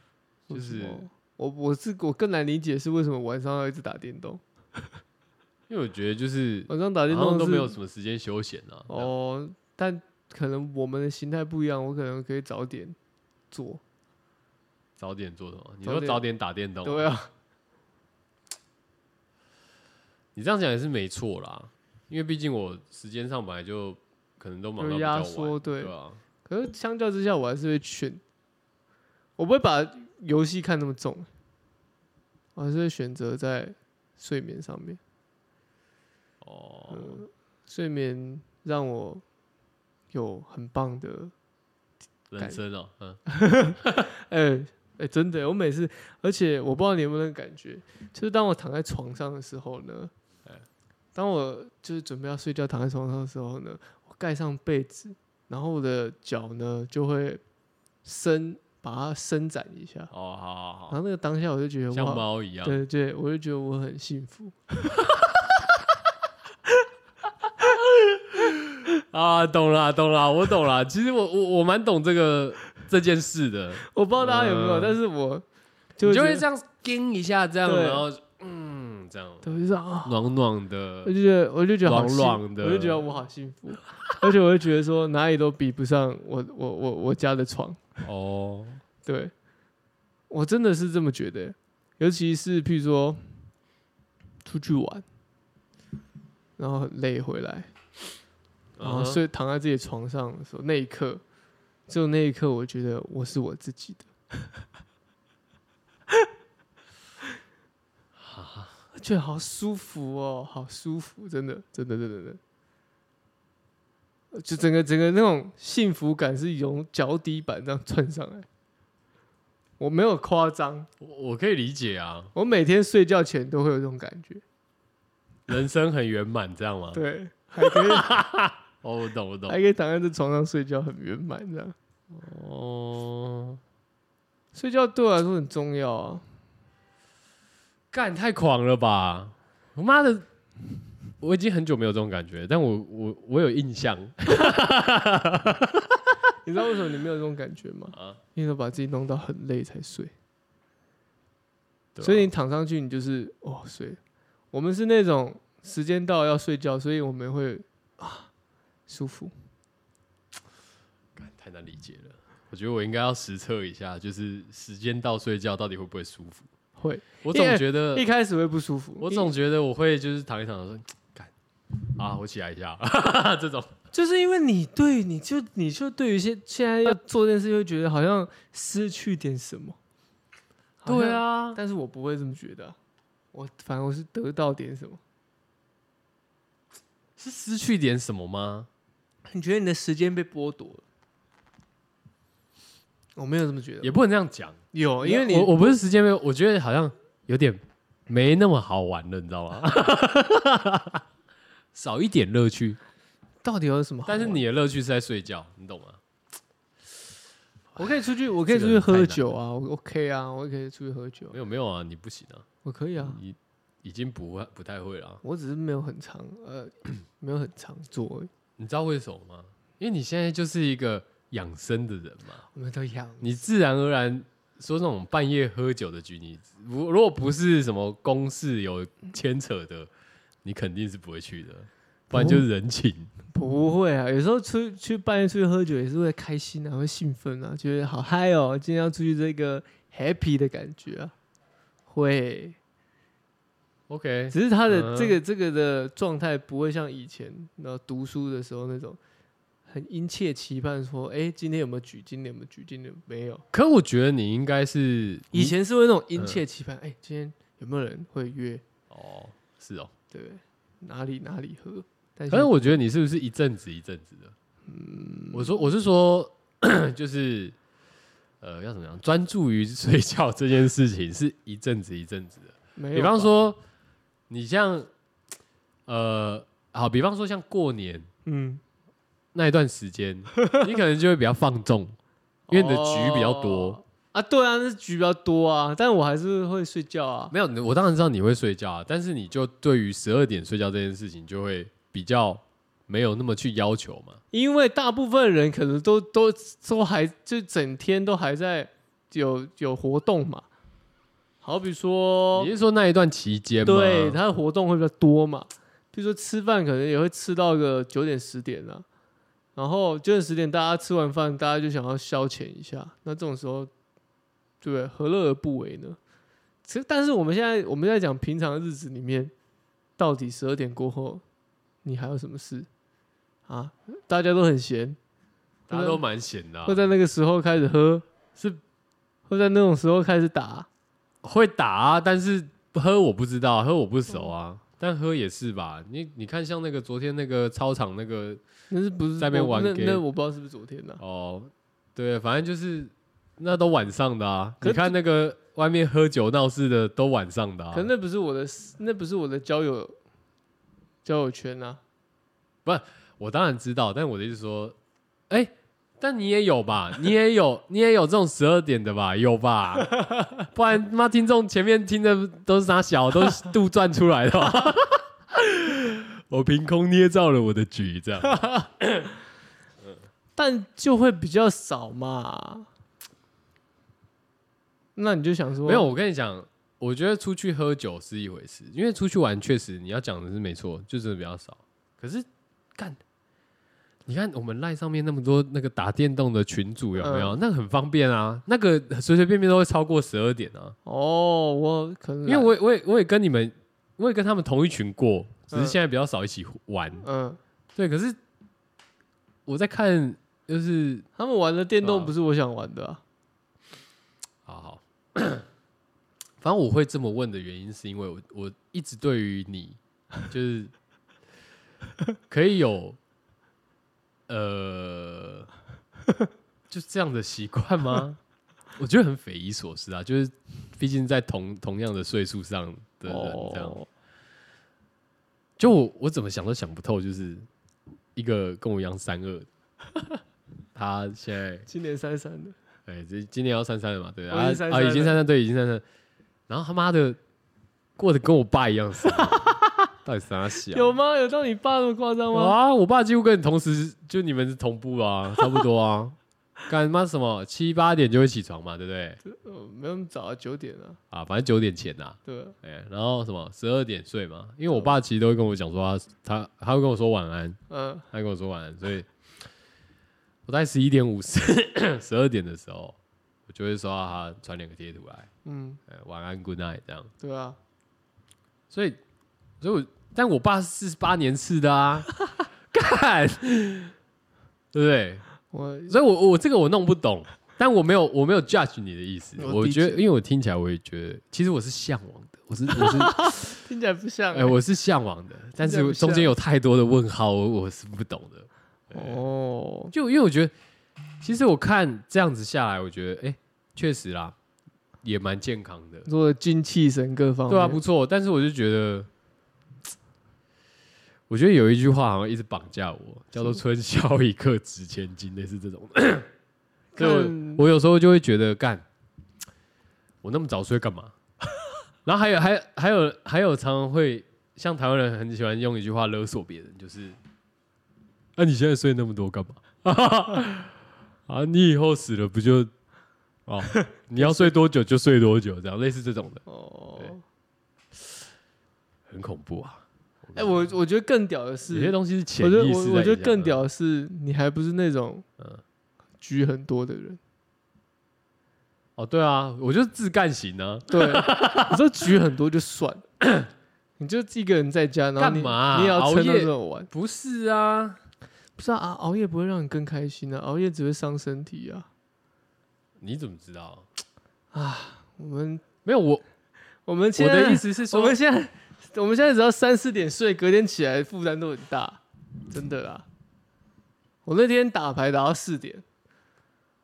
为就什是么我我是我更难理解是为什么晚上要一直打电动，因为我觉得就是晚上打电好动像都是没有什么时间休闲啊。哦，哦，但可能我们的心态不一样，我可能可以早点做。早点做什么？你早说点早点打电动，对，啊，你这样讲也是没错啦，因为毕竟我时间上本来就可能都忙到有比压较缩晚，对对啊，可是相较之下，我还是会选，我不会把游戏看那么重，我还是会选择在睡眠上面。呃哦，睡眠让我有很棒的人生哦，嗯，哎、哎、真的，我每次，而且我不知道你有没有那个感觉，就是当我躺在床上的时候呢，哎当我就是准备要睡觉躺在床上的时候呢，我盖上被子，然后我的脚呢就会伸，把它伸展一下，哦，好好然 好，后那个当下我就觉得像哇，猫一样，对对，我就觉得我很幸福，啊，懂啦，懂啦，我懂啦。其实我我我蛮懂这个这件事的，我不知道大家有没有，嗯但是我就你就会觉会得这样盯一下，这样，对然后嗯，这样对，我就说啊，暖暖的我，就觉得，我就觉得好幸软软的我就觉得我好幸福， 而且我就觉得说哪里都比不上我我我我家的床。哦，对，我真的是这么觉得，尤其是譬如说出去玩，然后很累回来，然后嗯哼睡躺在自己的床上的时候，那一刻，只有那一刻，我觉得我是我自 己的。我觉得好舒服哦，好舒服，真的，真的，真的，真的，呃就整个整个那种幸福感是由脚底板这样窜上来，我没有夸张，我我可以理解啊，我每天睡觉前都会有这种感觉，人生很圆满，这样吗？对，哎还可以哦，我懂，我懂还。可以躺在这床上睡觉，很圆满这样。哦，睡觉对我来说很重要啊。干太狂了吧！我妈的，我已经很久没有这种感觉，但我我我有印象。你知道为什么你没有这种感觉吗？啊因为都把自己弄到很累才睡，对啊吧所以你躺上去你就是哦睡了。我们是那种时间到了要睡觉，所以我们会啊舒服。干太难理解了。我觉得我应该要实测一下，就是时间到睡觉到底会不会舒服？会我总因为觉得一开始会不舒服，呃我一总觉得我会就是躺一躺说，干啊，我起来一下， 这种就是因为你对你就你就对于现现在要做这件事，就会觉得好像失去点什么。好像对，啊，但是我不会这么觉得啊，我反而我是得到点什么。是失去点什么吗？你觉得你的时间被剥夺了？我没有这么觉得，也不能这样讲，有，哦因为你我我不是时间没有，我觉得好像有点没那么好玩了，你知道 吗？少一点乐趣，到底有什么好但玩？是你的乐趣是在睡觉，你懂吗？我可以出去，我可以这个出去人太喝难酒啊，我 OK 啊，我也可以出去喝酒没，有没有啊，你不行啊，我可以啊，你已经不会不太会了、啊。我只是没有很长，呃， 没有很常做而已，你知道为什么吗？因为你现在就是一个养生的人嘛，我们都养你自然而然说那种半夜喝酒的局，你如如果不是什么公事有牵扯的，你肯定是不会去的，不然就是人情。不会啊，有时候出去半夜出去喝酒也是会开心啊，会兴奋啊，觉得好嗨哦，今天要出去这个 happy 的感觉啊，会。哦 OK，只是他的嗯这个这个的状态不会像以前然后读书的时候那种很殷切期盼说，哎、今天有没有举？今天有没有举？今天有没有？可我觉得你应该是以前是会那种嗯殷切期盼，哎、今天有没有人会约？哦，是哦。对不对？哪里哪里喝？但可是我觉得你是不是一阵子一阵子的？我说我是说， 就是呃，要怎么样专注于睡觉这件事情是一阵子一阵子的。没有，比方，说，你像呃，好，比方说像过年嗯，那一段时间， 你可能就会比较放纵，因为你的局比较多。哦啊，对啊，那局比较多啊，但我还是会睡觉啊。没有，我当然知道你会睡觉啊，但是你就对于十二点睡觉这件事情，就会比较没有那么去要求嘛。因为大部分人可能都都都还就整天都还在有有活动嘛，好比说你，是说那一段期间吗？哦对，他的活动会比较多嘛，比如说吃饭可能也会吃到个九点十点啊，然后九点十点大家吃完饭，大家就想要消遣一下，那这种时候，对不对？何乐而不为呢？其实，但是我们现在我们在讲平常的日子里面，到底十二点过后，你还有什么事啊？大家都很闲。大家都蛮闲的啊、会在那个时候开始喝，是会在那种时候开始打。会打、啊，但是喝我不知道啊，喝我不熟嗯啊。但喝也是吧，你你看像那个昨天那个操场那个那是不是在那边我玩那 game 那我不知道是不是昨天的、啊哦，对，反正就是那都晚上的啊。可你看那个外面喝酒闹事的都晚上的啊可，那不是我的，那不是我的交友交友圈啊。我当然知道，但我的意思说，哎、但你也有吧？你也有， 你也有这种十二点的吧？有吧？不然妈听众前面听的都是傻小，都是杜撰出来的吧。 我凭空捏造了我的局，这样。但就会比较少嘛。那你就想说，没有，我跟你讲，我觉得出去喝酒是一回事，因为出去玩确实你要讲的是没错，就真的比较少。可是干，你看我们赖上面那么多那个打电动的群组有没有？那个很方便啊，那个随随便便都会超过十二点啊。哦，我可能因为我也我也我也跟你们我也跟他们同一群过，只是嗯现在比较少一起玩。嗯，对，可是我在看，就是他们玩的电动啊不是我想玩的、啊。好好， 反正我会这么问的原因，是因为我我一直对于你 就是可以有呃，就这样的习惯吗？我觉得很匪夷所思啊，就是毕竟在同同样的岁数上的人，这样、哦，就我我怎么想都想不透，就是一个跟我一样三二的，他现在今年三三的，哎，这今年要三三了嘛？对我哦已啊经33啊，已经了三三，对，已经三三。然后他妈的过得跟我爸一样傻， 到底啥小？有吗？有到你爸那么夸张有吗？啊，我爸几乎跟你同时，就你们是同步啊，差不多啊。干妈什么七八点就会起床嘛，对不对？呃，没有那么早啊，九点啊，啊，反正九点前呐、啊，对吧，哎，然后什么十二点睡嘛，因为我爸其实都会跟我讲说他他他会跟我说晚安，嗯他会跟我说晚安，所以我在十一点五十十二点的时候，我就会收到他传两个贴图来。嗯，呃，晚安，good night 这样。对啊，所以，所以我，但我爸是四十八年次的啊， 干，对我不对？所以我，我这个我弄不懂，但我没有我没有 judge 你的意思，我我理解觉得，因为我听起来我也觉得，其实我是向往的，我是 我是听起来不像哎、欸、我是向往的，但听起来是不中像间有太多的问号，我我是不懂的。哦，就因为我觉得，其实我看这样子下来，我觉得，哎、确实啦，也蛮健康的。做精气神各方面，对啊，不错。但是我就觉得，我觉得有一句话好像一直绑架我，叫做“春宵一刻值千金”，类似 这种。所以看我我有时候就会觉得，干，我那么早睡干嘛？ 然后还有还有还有还有，常常会像台湾人很喜欢用一句话勒索别人，就是：“那、你现在睡那么多干嘛？” 啊，你以后死了不就哦？你要睡多久就睡多久，这样类似这种的，哦，很恐怖啊。哎、我我觉得更屌的是有些，东西是潜我意识觉得我在啊我觉影响得更的嗯屌的是，你还不是那种局很多的人，哦，对啊，我就是自干型啊呢、对，你说局很多就算了 你就一个人在家，然后你干嘛啊你也要熬撑到夜这种玩，不是啊，不是啊啊，熬夜不会让你更开心啊，熬夜只会伤身体啊。你怎么知道？我们没有我我们我现在的意思是我说，们现在我们现在只要三四点睡，隔天起来负担都很大，真的啦。我那天打牌打到四点，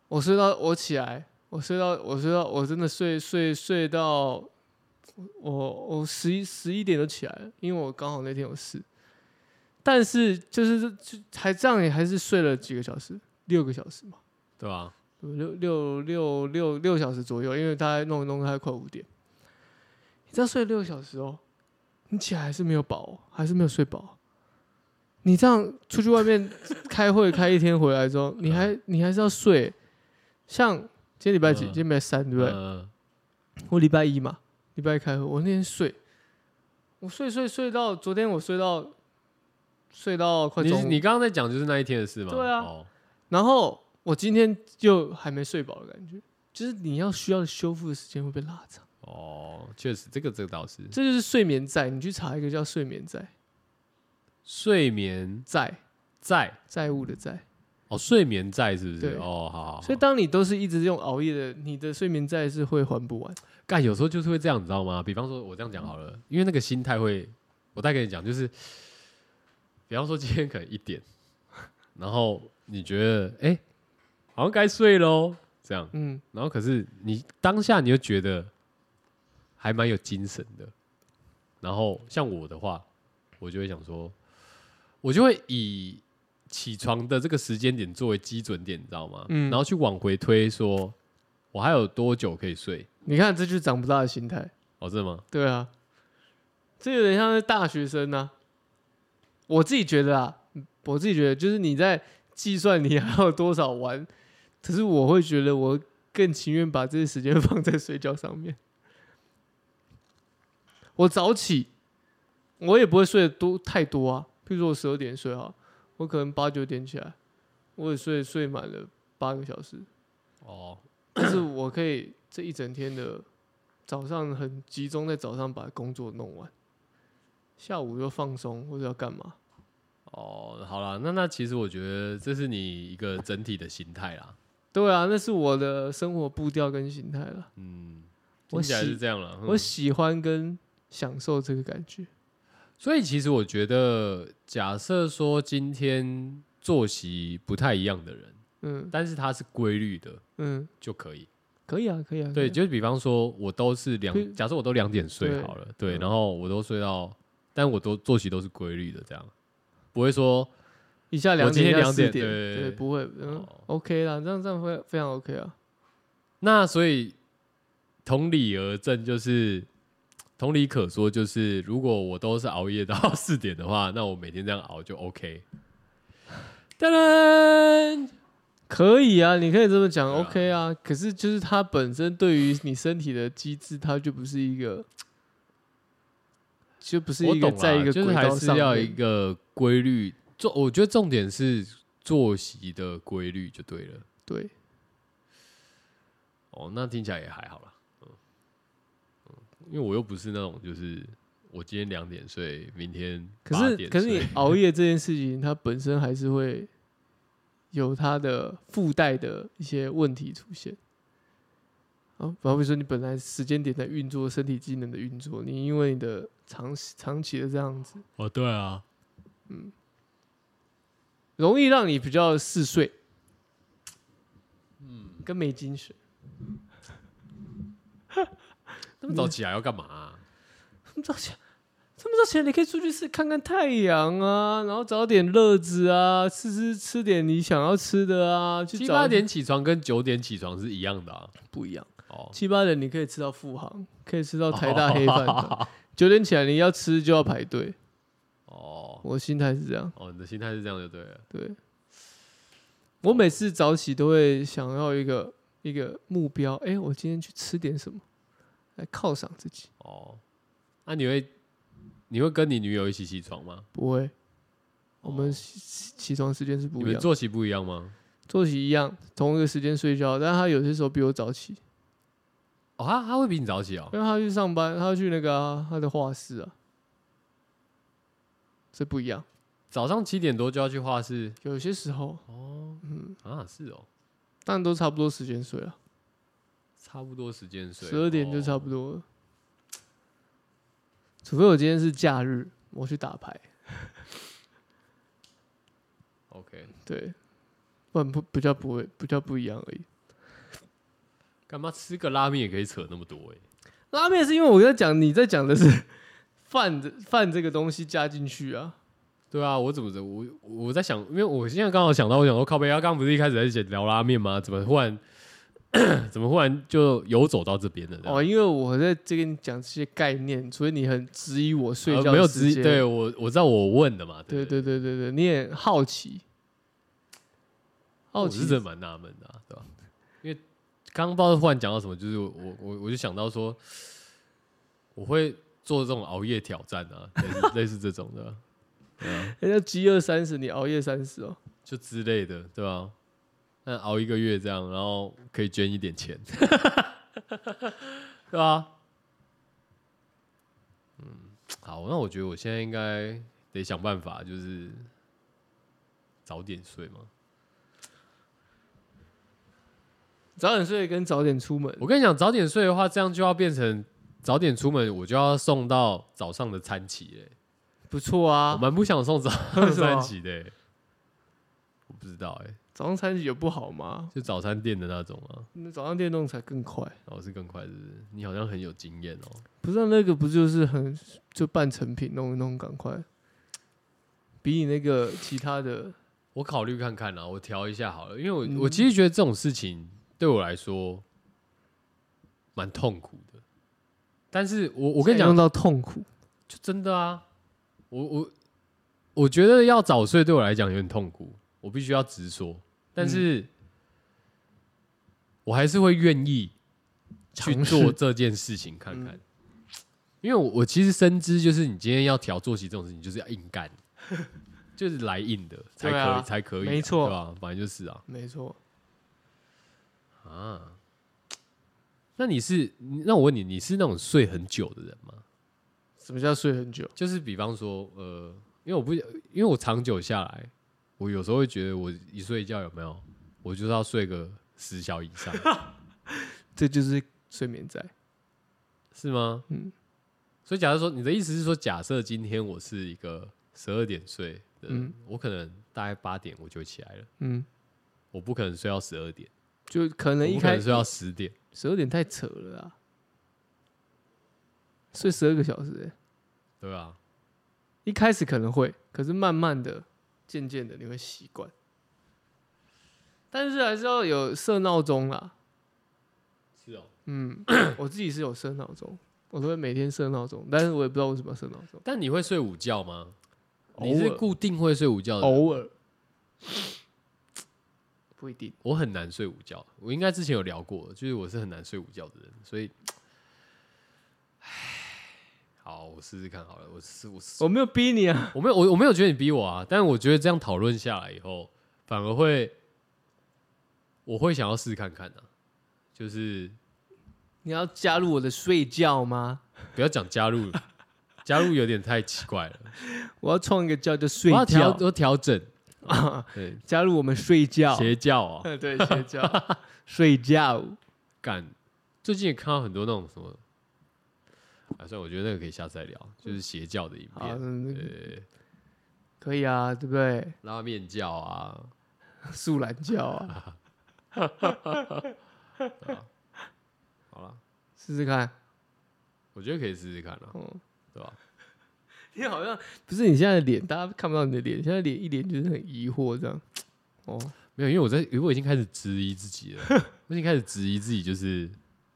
我睡到我起来，我睡到我睡到我真的睡睡睡到我我十一十一点就起来了，因为我刚好那天有事。但是就是就还这样也还是睡了几个小时，六个小时嘛，对吧、啊？嗯六六六六六小时左右，因为大概弄一弄大概快五点。你这样睡六个小时哦，你起来还是没有饱哦、还是没有睡饱哦、你这样出去外 面开会开一天回来之后，你还你还是要睡。像今天礼拜嗯几？今天礼拜三，对不对？嗯，我礼拜一嘛，礼拜一开会，我那天睡，我睡睡睡到昨天，我睡到睡到快你中午。你刚刚在讲就是那一天的事吗？对啊哦、然后我今天就还没睡饱的感觉，就是你要需要修复的时间会被拉长，哦，确实，这个这个倒是这就是睡眠债。你去查一个叫睡眠债，睡眠债债债务的债。哦，睡眠债是不是对？哦，好好好所以当你都是一直用熬夜的，你的睡眠债是会还不完。干有时候就是会这样，你知道吗？比方说，我这样讲好了，因为那个心态会，我再跟你讲，就是，比方说今天可能一点，然后你觉得哎、诶好像该睡喽，这样，嗯，然后可是你当下你就觉得还蛮有精神的，然后像我的话，我就会想说，我就会以起床的这个时间点作为基准点，你知道吗？嗯然后去往回推说我还有多久可以睡。你看这就是长不大的心态。哦，真的吗？对啊，这有点像是大学生啊。我自己觉得啊，我自己觉得就是你在计算你还有多少玩，可是我会觉得我更情愿把这些时间放在睡觉上面。我早起，我也不会睡得多太多啊。譬如说我十二点睡哈，我可能八九点起来，我也睡睡满了八个小时，哦，但是我可以这一整天的早上很集中在早上把工作弄完，下午就放松或者要干嘛。哦，好啦，那那其实我觉得这是你一个整体的心态啦。对啊，那是我的生活步调跟形态了。嗯，我听起来是喜这样了。我嗯喜欢跟享受这个感觉。所以其实我觉得，假设说今天作息不太一样的人，嗯但是他是规律的嗯，就可以。可以啊，可以啊。可以对，啊就是比方说，我都是对两，假设我都两点睡对好了，对，嗯然后我都睡到，但我都作息都是规律的，这样不会说一下我两今点，一天下两四点点，对对，不会，嗯哦，OK 啦，这样这样非非常 OK 啊。那所以同理而证，就是同理可说，就是如果我都是熬夜到 四点的话，那我每天这样熬就 OK。噔噔，可以啊，你可以这么讲、对啊 o k 啊。可是就是它本身对于你身体的机制，它就不是一个，就不是我一个懂在一啦个就轨是还道是上要面一个规律。做，我觉得重点是作息的规律就对了。对，哦，那听起来也还好啦。嗯，嗯因为我又不是那种就是我今天两点睡，明天可8是点可是你睡熬夜这件事情，它本身还是会有它的附带的一些问题出现。啊，比方说你本来时间点在运作，身体机能的运作，你因为你的长长期的这样子， 哦，对啊，容易让你比较嗜睡，嗯，跟没精神。那么早起来要干嘛啊、这么早起来，这么早起来你可以出去是看看太阳啊，然后找点乐子啊，吃吃吃点你想要吃的啊，去七找八点起床跟九点起床是一样的、啊、不一样。哦。七八点你可以吃到富航，可以吃到台大黑饭堂。九点起来你要吃就要排队，哦我心态是这样。哦，你的心态是这样就对了。对，我每次早起都会想要一个一个目标，哎、我今天去吃点什么来犒赏自己。哦，那、你会你会跟你女友一起起床吗？不会，哦我们起起起床时间是你不一们样，作息不一样吗？作息一样，同一个时间睡觉，但他有些时候比我早起，哦，她她会比你早起哦。因为他去上班，他去那个啊、他的画室啊，这不一样。早上七点多就要去画室有些时候，哦。嗯，啊，是哦，但都差不多时间睡啊，差不多时间睡，十二点就哦差不多了。除非我今天是假日，我去打牌，哦 OK，对，不然不比较不会比较不一样而已。干嘛吃个拉面也可以扯那么多哎、拉面是因为我在讲你在讲的是 饭的饭这个东西加进去啊，对啊，我怎么着？我我在想，因为我现在刚好想到，我想说靠背，他刚刚不是一开始在讲聊拉面吗？怎么忽然 怎么忽然就游走到这边了？哦，因为我在这跟你讲这些概念，所以你很质疑我睡觉、呃没有直接对，我我知道我问的嘛，对对对对对对，你也好奇，好我哦是奇 真的蛮纳闷的、啊，对吧？因为刚刚不知道忽然讲到什么，就是我我我我就想到说，我会做这种熬夜挑战啊，类似 类似这种的，对啊，人家饥饿三十，你熬夜三十哦，就之类的，对吧、那熬一个月这样，然后可以捐一点钱， 对吧、嗯，好，那我觉得我现在应该得想办法，就是早点睡嘛。早点睡跟早点出门，我跟你讲，早点睡的话，这样就要变成早点出门，我就要送到早上的餐期嘞、不错我啊。蛮不想送早上的为什么餐期的欸、 我不知道哎、早上餐有不好吗？就早餐店的那种啊，那早上电动才更快，然后是更快，是不是？你好像很有经验哦、不是啊那个不就是很就半成品弄一弄，赶快，比你那个其他的我考虑看看啦，我调一下好了，因为我、嗯我其实觉得这种事情对我来说蛮痛苦的，但是我我跟你讲弄，到痛苦。就真的啊，我我我觉得要早睡对我来讲有点痛苦，我必须要直说，但是、我还是会愿意去尝试做这件事情看看，嗯因为我我其实深知，就是你今天要调作息这种事情，就是要硬干， 就是来硬的才可以、对啊才可以啊、没错对吧？反正就是啊没错，啊。那你是那我问你，你是那种睡很久的人吗？什么叫睡很久？就是比方说，呃，因为我不，因为我长久下来，我有时候会觉得我一睡觉有没有，我就是要睡个十小以上，这就是睡眠债。是吗？ 嗯所以假如说你的意思是说，假设今天我是一个十二点睡的人，嗯我可能大概八点我就起来了，嗯，我不可能睡到十二点，就可能我一不可开能睡到十点，十二点太扯了啊，睡十二个小时欸、对啊，一开始可能会，可是慢慢的、渐渐的你会习惯。但是还是要有设闹钟啦。是哦。嗯，我自己是有设闹钟，我都会每天设闹钟，但是我也不知道为什么要设闹钟。但你会睡午觉吗？偶你是尔固定会睡午觉的人，偶尔，不一定。我很难睡午觉。我应该之前有聊过，就是我是很难睡午觉的人，所以，唉，好，我试试看好了。我试我试我没有逼你啊，我没有我我没有觉得你逼我啊，但我觉得这样讨论下来以后，反而会我会想要试看看啊，就是你要加入我的睡觉吗？不要讲加入， 加入有点太奇怪了。我要创一个叫叫我睡要调觉，我调整，对， 加入我们睡觉。邪教啊、 对，邪教， 睡觉。干，最近也看到很多那种什么，啊，算了，我觉得那个可以下次再聊，就是邪教的影好，片，嗯对，可以啊，对不对？ 拉面教啊，素懒觉啊， 好了，试试看。我觉得可以试试看啊，嗯，对吧？你好像不是你现在的脸，大家看不到你的脸，现在脸一脸就是很疑惑这样。哦，没有，因为我在，我已经开始质疑自己 了，我已经开始质疑自己，就是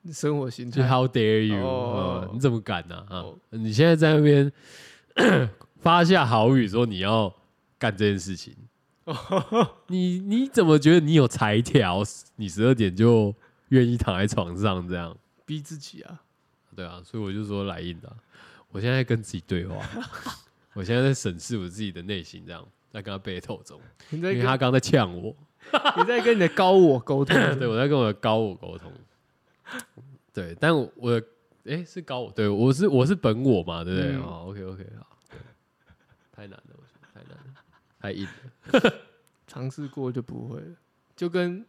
你生活形就态 How dare you？、哦嗯你怎么敢呢、啊？哦你现在在那边 发下豪语说你要干这件事情，哦你你怎么觉得你有才调？你十二点就愿意躺在床上这样？逼自己啊。对啊，所以我就说来硬的啊、我现在在跟自己对 话，我现在在审视我自己的内心，这样在跟他 battle 中， 你因在为跟他刚刚在呛我， 你在跟你的高我沟通，对我在跟我的高我沟通，对，但我我的哎、是高我，对我是我是本我嘛，对不对？嗯哦，OK OK，好，对太难了，我觉得太难了，太硬了，尝试过就不会了，就跟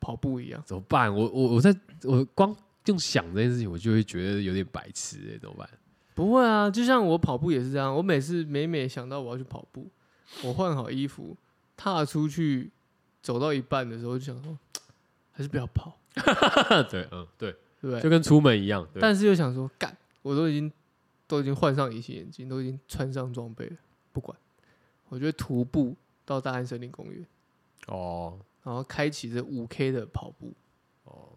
跑步一样。怎么办？我我我在我光用想这件事情，我就会觉得有点白痴哎、怎么办？不会啊，就像我跑步也是这样，我每次每每想到我要去跑步，我换好衣服，踏出去走到一半的时候，就想说还是不要跑，对，嗯，对，对不就对？跟出门一样，对，但是又想说，干，我都已经都已经换上隐形眼镜，都已经穿上装备了，不管，我就徒步到大安森林公园，哦然后开启这五 K 的跑步。哦，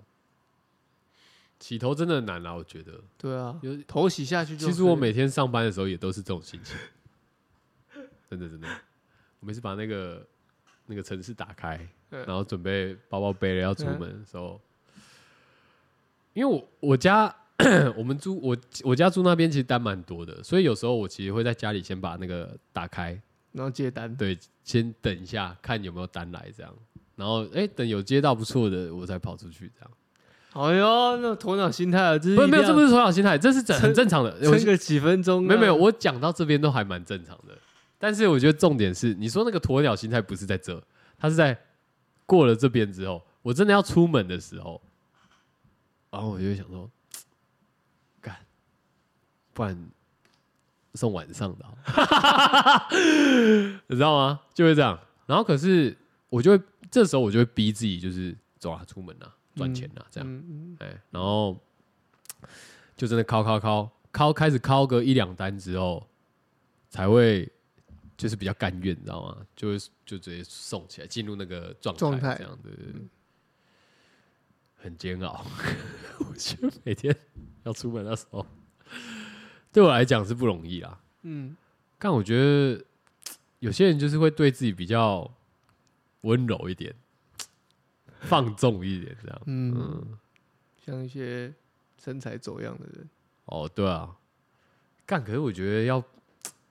起头真的难啊，我觉得。对啊有，头洗下去就其实我可以每天上班的时候也都是这种心情，真的真的。我每次把那个那个城市打开，嗯然后准备包包背了要出门的时候，因为我我家 我们住我我家住那边其实单蛮多的，所以有时候我其实会在家里先把那个打开，然后接单，对，先等一下看有没有单来这样，然后哎、等有接到不错的我才跑出去这样。哎呦，那头脑心态啊，这是不是没有，这不是是头脑心态，这是很很正常的。我撑个几分钟啊、没有没有，我讲到这边都还蛮正常的，但是我觉得重点是，你说那个鸵鸟心态不是在这，它是在过了这边之后，我真的要出门的时候，然后我就会想说，干，不然送晚上的好， 你知道吗？就会这样。然后可是我就会这时候我就会逼自己，就是走啊，出门啊，赚钱啊，这样。嗯嗯哎，然后就真的敲敲敲敲，开始敲个一两单之后，才会就是比较甘愿，你知道吗？就会就直接送起来，进入那个状态，状态嗯这样对对对，很煎熬。 我觉得每天要出门的时候，对我来讲是不容易啦。嗯，但我觉得有些人就是会对自己比较温柔一点，放纵一点，这样。嗯，像一些身材走样的人，哦，对啊，干，可是我觉得要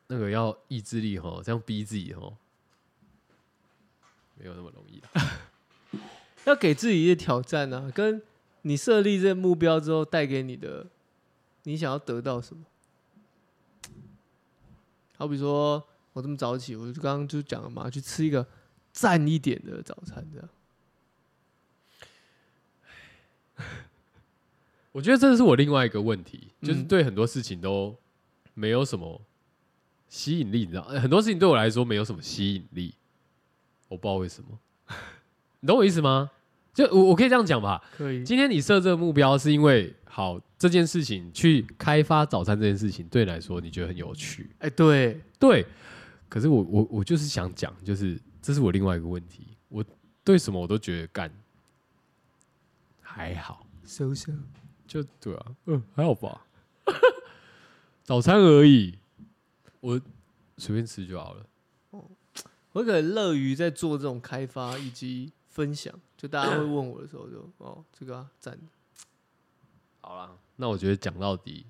那个要意志力哈，这样逼自己哈，没有那么容易啊。 要给自己一些挑战啊，跟你设立这目标之后带给你的，你想要得到什么？好比说我这么早起，我就刚刚就讲了嘛，去吃一个赞一点的早餐，这样我觉得这是我另外一个问题，就是嗯对很多事情都没有什么吸引力，你知道，呃很多事情对我来说没有什么吸引力，我不知道为什么， 你懂我意思吗？就我我可以这样讲吧，可以。今天你设这个目标是因为好这件事情去开发早餐这件事情对你来说你觉得很有趣，哎、对，对。可是我我我就是想讲，就是这是我另外一个问题，我对什么我都觉得干还好。收收，就对啊，嗯，还好吧， 早餐而已，我随便吃就好了。我可能乐于在做这种开发以及分享，就大家会问我的时候就，哦，这个啊赞。好啦，那我觉得讲到底，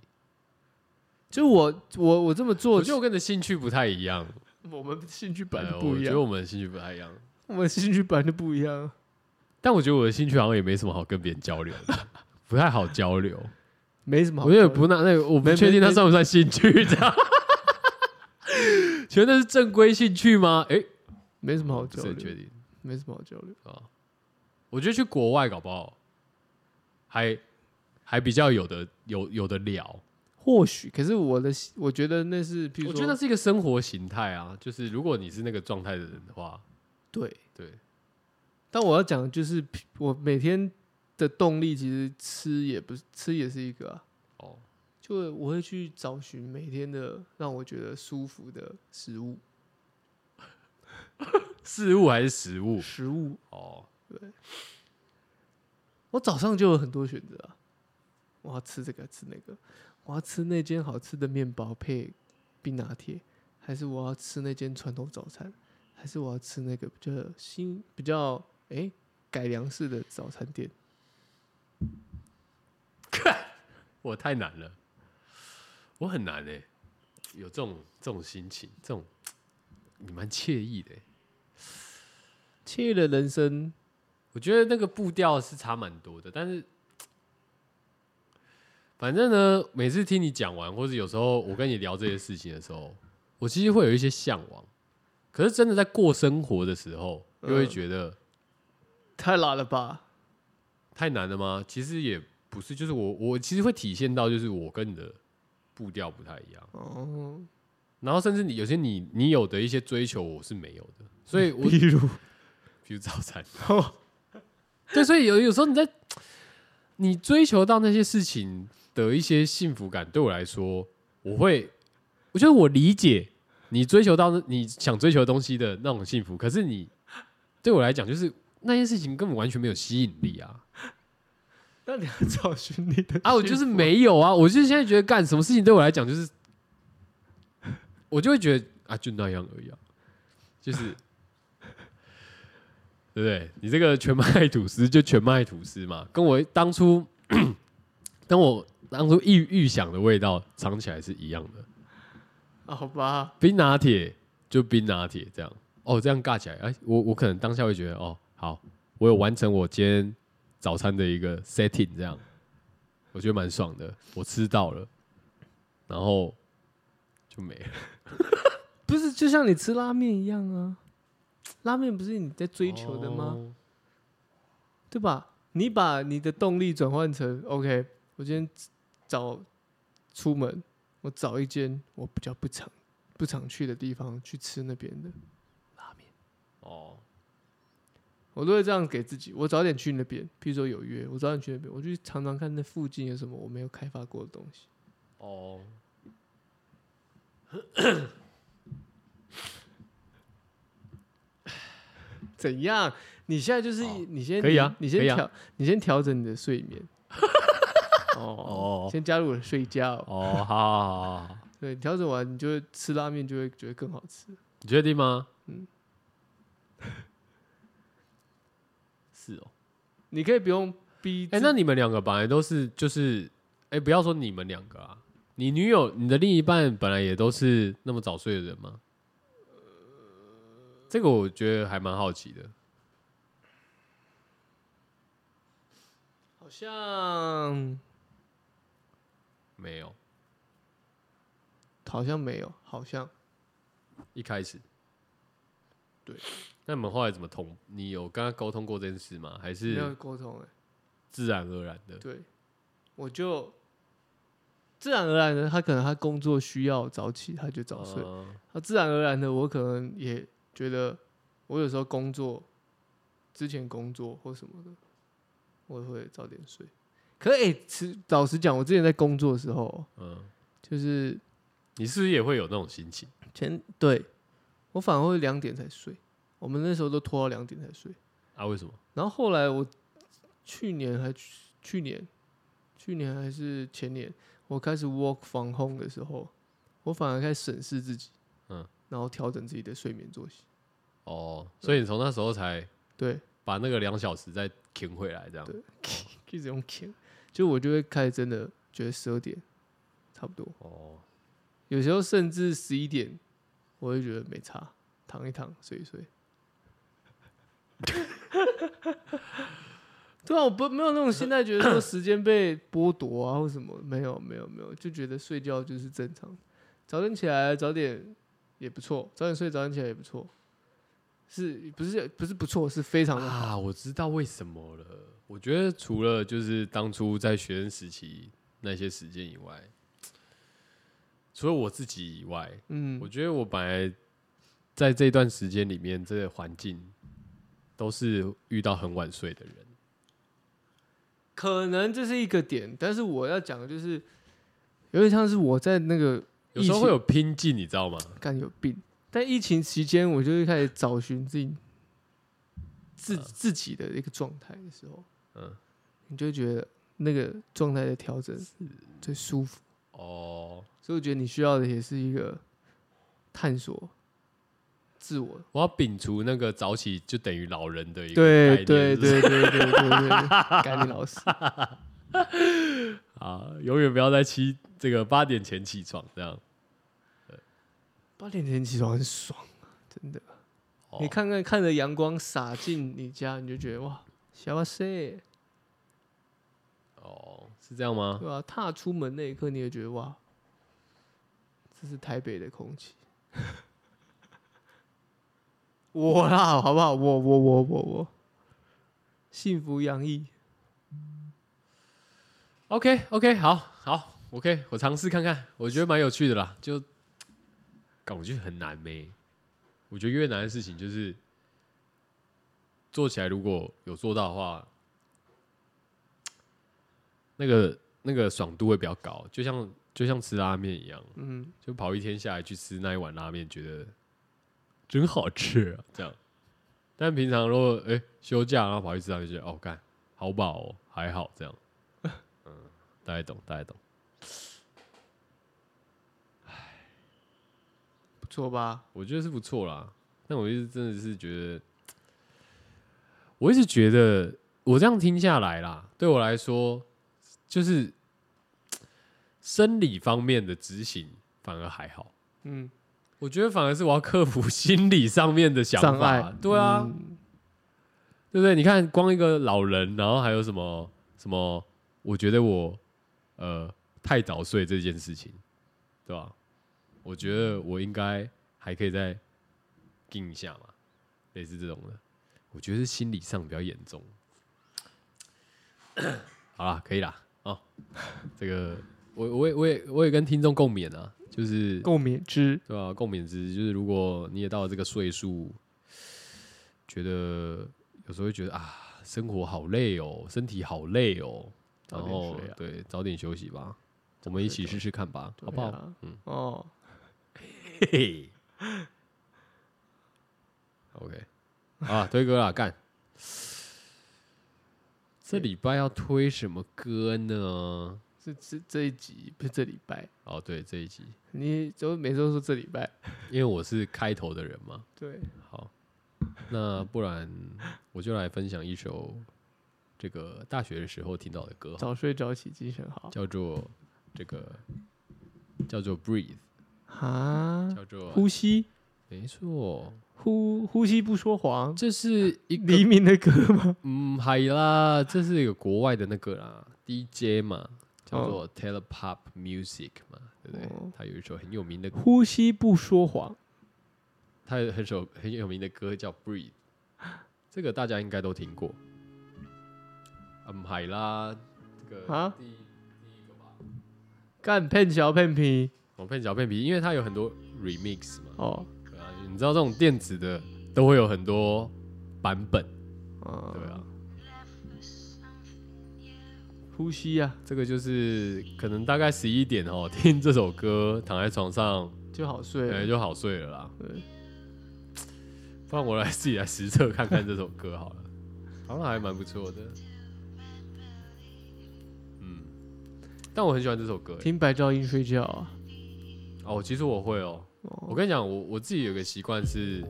就我我我这么做，我觉得我跟你的兴趣不太一样，我们兴趣本来呃就我不一觉样，得我们的兴趣不太一样，我们兴趣本来就不一样。但我觉得我的兴趣好像也没什么好跟别人交流的，不太好交流。没什么好我觉得说的不那那个，我不没确定没它算不算兴趣 的。请问那是正规兴趣吗？哎、没什么好不交是很确流，定没什么好交流。啊。我觉得去国外搞不好还还比较有的有有的聊。或许，可是我的我觉得那是，譬如我说，觉得那是一个生活形态啊，就是如果你是那个状态的人的话，对。对，但我要讲的就是，我每天的动力其实吃也不是吃也是一个、啊，哦，就我会去找寻每天的让我觉得舒服的食物，事物还是食物食物。哦，我早上就有很多选择啊，我要吃这个吃那个，我要吃那间好吃的面包配冰拿铁，还是我要吃那间传统早餐，还是我要吃那个比较新比较哎、诶改良式的早餐店？我太难了，我很难哎、有这种这种心情，这种你蛮惬意的欸、惬意的人生，我觉得那个步调是差蛮多的，但是反正呢，每次听你讲完，或者有时候我跟你聊这些事情的时候，我其实会有一些向往，可是真的在过生活的时候，又会嗯觉得。太辣了吧？太难了吗？其实也不是，就是我我其实会体现到，就是我跟你的步调不太一样，哦，然后甚至你有些你你有的一些追求我是没有的，所以我例如，哦比如早餐，对，所以有有时候你在你追求到那些事情的一些幸福感，对我来说，我会我觉得我理解你追求到那你想追求的东西的那种幸福，可是你对我来讲，就是那些事情根本完全没有吸引力啊。那你要找寻你 的 啊，我就是没有啊，我就是现在觉得干什么事情对我来讲就是，我就会觉得啊，就那样而已啊，就是，对不对？你这个全麦吐司就全麦吐司嘛，跟我当初， 跟我当初预预想的味道尝起来是一样的。啊好吧，冰拿铁就冰拿铁这样，哦，这样尬起来，哎，我我可能当下会觉得哦，好，我有完成我今天早餐的一个 setting 这样，我觉得蛮爽的，我吃到了，然后就没了。不是就像你吃拉面一样啊，拉面不是你在追求的吗？哦？对吧？你把你的动力转换成 OK，我今天早出门，我找一间我比较不常不常去的地方去吃那边的，哦，我都会这样给自己，我早点去那边，譬如说有约，我早点去那边，我去常常看那附近有什么我没有开发过的东西。哦，怎样？你现在就是、好你先可以啊你可先以啊调、你先调整你的睡眠。哦哦，先加入我的睡觉。哦，好好好好，好对，调整完你就会吃拉面，就会觉得更好吃。你确定吗？嗯嗯， 是哦。你可以不用逼自。哎、那你们两个本来都是就是，哎、不要说你们两个啊，你女友、你的另一半本来也都是那么早睡的人吗？这个我觉得还蛮好奇的。好像没有，好像没有，好像一开始。对，那你们后来怎么通？你有跟他沟通过这件事吗？还没有是沟通哎、自然而然的？对，我就自然而然的，他可能他工作需要早起，他就早睡。啊那自然而然的，我可能也觉得，我有时候工作之前工作或什么的，我也会早点睡。可哎、欸，其实老实讲，我之前在工作的时候，嗯，就是你是不是也会有那种心情？前对我反而会两点才睡，我们那时候都拖到两点才睡。啊，为什么？然后后来我去年还去去年，去年还是前年，我开始 work from home 的时候，我反而开始审视自己，嗯，然后调整自己的睡眠作息。哦，所以你从那时候才对， 把那个两小时再停回来，这样对一直用 Q，就我就会开始真的觉得十二点差不多，哦，有时候甚至十一点，我会觉得没差，躺一躺，睡一睡。 对啊，我不没有那种心态，觉得说时间被剥夺啊或什么，没有没有没有，就觉得睡觉就是正常，早点起来早点也不错，早点睡早点起来也不错，是不是不是不错，是非常的好。啊，我知道为什么了。我觉得除了就是当初在学生时期那些时间以外，除了我自己以外，嗯我，觉得我本来在这段时间里面，这个环境都是遇到很晚睡的人。可能这是一个点，但是我要讲的就是，有点像是我在那个有时候会有拼劲，你知道吗？干有病，但疫情期间我就会开始找寻自己自嗯自己的一个状态的时候，嗯，你就会觉得那个状态的调整最舒服，哦，所以我觉得你需要的也是一个探索自我。我要摒除那个早起就等于老人的一个对概对念对对对对对，对干你 老师，啊，永远不要在七这个八点前起床这样。八点前起床很爽啊，真的。哦你看看看着阳光洒进你家，你就觉得哇，小塞，哦，是这样吗对？吧、踏出门那一刻，你也觉得哇，这是台北的空气。 我啦，好不好？我我我我我，幸福洋溢。 OK OK，好好 OK，我尝试看看，我觉得蛮有趣的啦。就，感我觉得很难咩、我觉得越难的事情就是做起来，如果有做到的话，那个那个爽度会比较高，就像就像吃拉面一样，嗯，就跑一天下来去吃那一碗拉面，觉得真好吃、啊，这样。但平常如果哎、诶休假然后跑去吃拉面，就觉得哦干好饱哦，还好这样。嗯，大概懂，大概懂。不错吧？我觉得是不错啦。但我一直真的是觉得，我一直觉得我这样听下来啦，对我来说，就是生理方面的执行反而还好。嗯，我觉得反而是我要克服心理上面的想障法碍。，对啊，嗯对不对？你看，光一个老人，然后还有什么什么？我觉得我呃太早睡这件事情，对吧？我觉得我应该还可以再定一下嘛，类似这种的。我觉得是心理上比较严重。 好啦，可以啦，哦，这个我我也我也我也跟听众共勉啊，就是共勉之。对啊，共勉之就是，如果你也到了这个岁数，觉得有时候会觉得啊，生活好累哦，身体好累哦，早然点后睡啊对，早点休息吧，我点们一起睡试试看吧，好不对好？啊嗯哦，嘿嘿 OK，啊，推歌啦，干！这礼拜要推什么歌呢？这这这一集不是这礼拜，哦，对，这一集，你就每次都说这礼拜。因为我是开头的人嘛，对，好，那不然我就来分享一首这个大学的时候听到的歌好了，早睡早起精神好叫做这个叫做 Breathe，啊，叫做呼吸没错，呼呼吸不说谎，这是一个黎明的歌吗？嗯，海啦，这是一个国外的那个啦 DJ 嘛，叫做 Telepop Music 嘛，对不对哦？他有一首很有名的呼吸不说谎，他有很首很有名的歌叫《Breathe》，这个大家应该都听过。嗯，海啦，这个啊第第一个吧，干骗小骗皮我骗小骗皮，因为它有很多 remix 嘛，哦，对啊，你知道这种电子的都会有很多版本，啊对啊，呼吸啊这个就是可能大概十一点哦，听这首歌躺在床上，就好睡可了能，哎就好睡了啦。对，不然我来自己来实测看看这首歌好了，好像还蛮不错的。嗯，但我很喜欢这首歌欸、听白噪音睡觉啊，哦，其实我会哦。我哦，跟你讲，我我自己有个习惯是，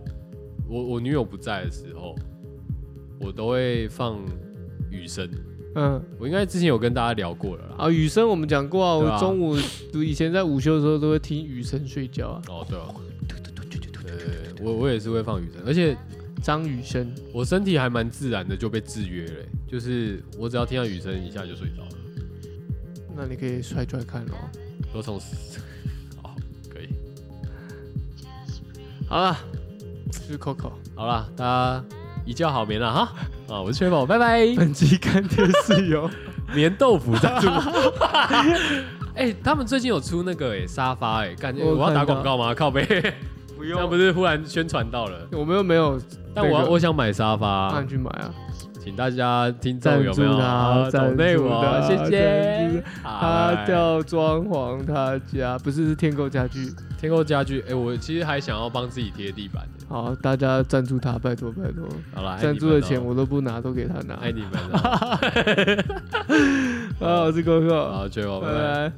我我女友不在的时候，我都会放雨声。嗯，我应该之前有跟大家聊过了啦。啊，雨声我们讲过啊，对啊我中午以前在午休的时候都会听雨声睡觉啊，哦，对哦，对对对，我我也是会放雨声，而且张雨生，我身体还蛮自然的就被制约了欸、就是我只要听到雨声一下就睡着了。那你可以甩出来看哦。都从 好可以，好了，是 Coco，好啦，大家一觉好眠了哈。啊，我是崔宝，拜拜。本集干爹是由 棉豆腐赞助。哎、他们最近有出那个哎、沙发哎、感觉我有我要打看到广告吗？ 靠背，不这样不是忽然宣传到了。 我们又没有，但我要那个我想买沙那发你，去买啊。请大家听众有没赞有助的啊啊抖内我啊，赞谢助的啊赞助谢的。好他叫装潢他家，不是是天购家具。天购家具，哎、我其实还想要帮自己贴地板的。好，大家赞助他，拜托拜托。好啦，爱赞你助们的哦钱我都不拿，都给他拿。爱你们 啊。啊，我是 Coco，好，追我，拜拜拜。拜。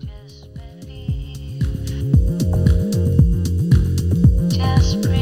Just breathe.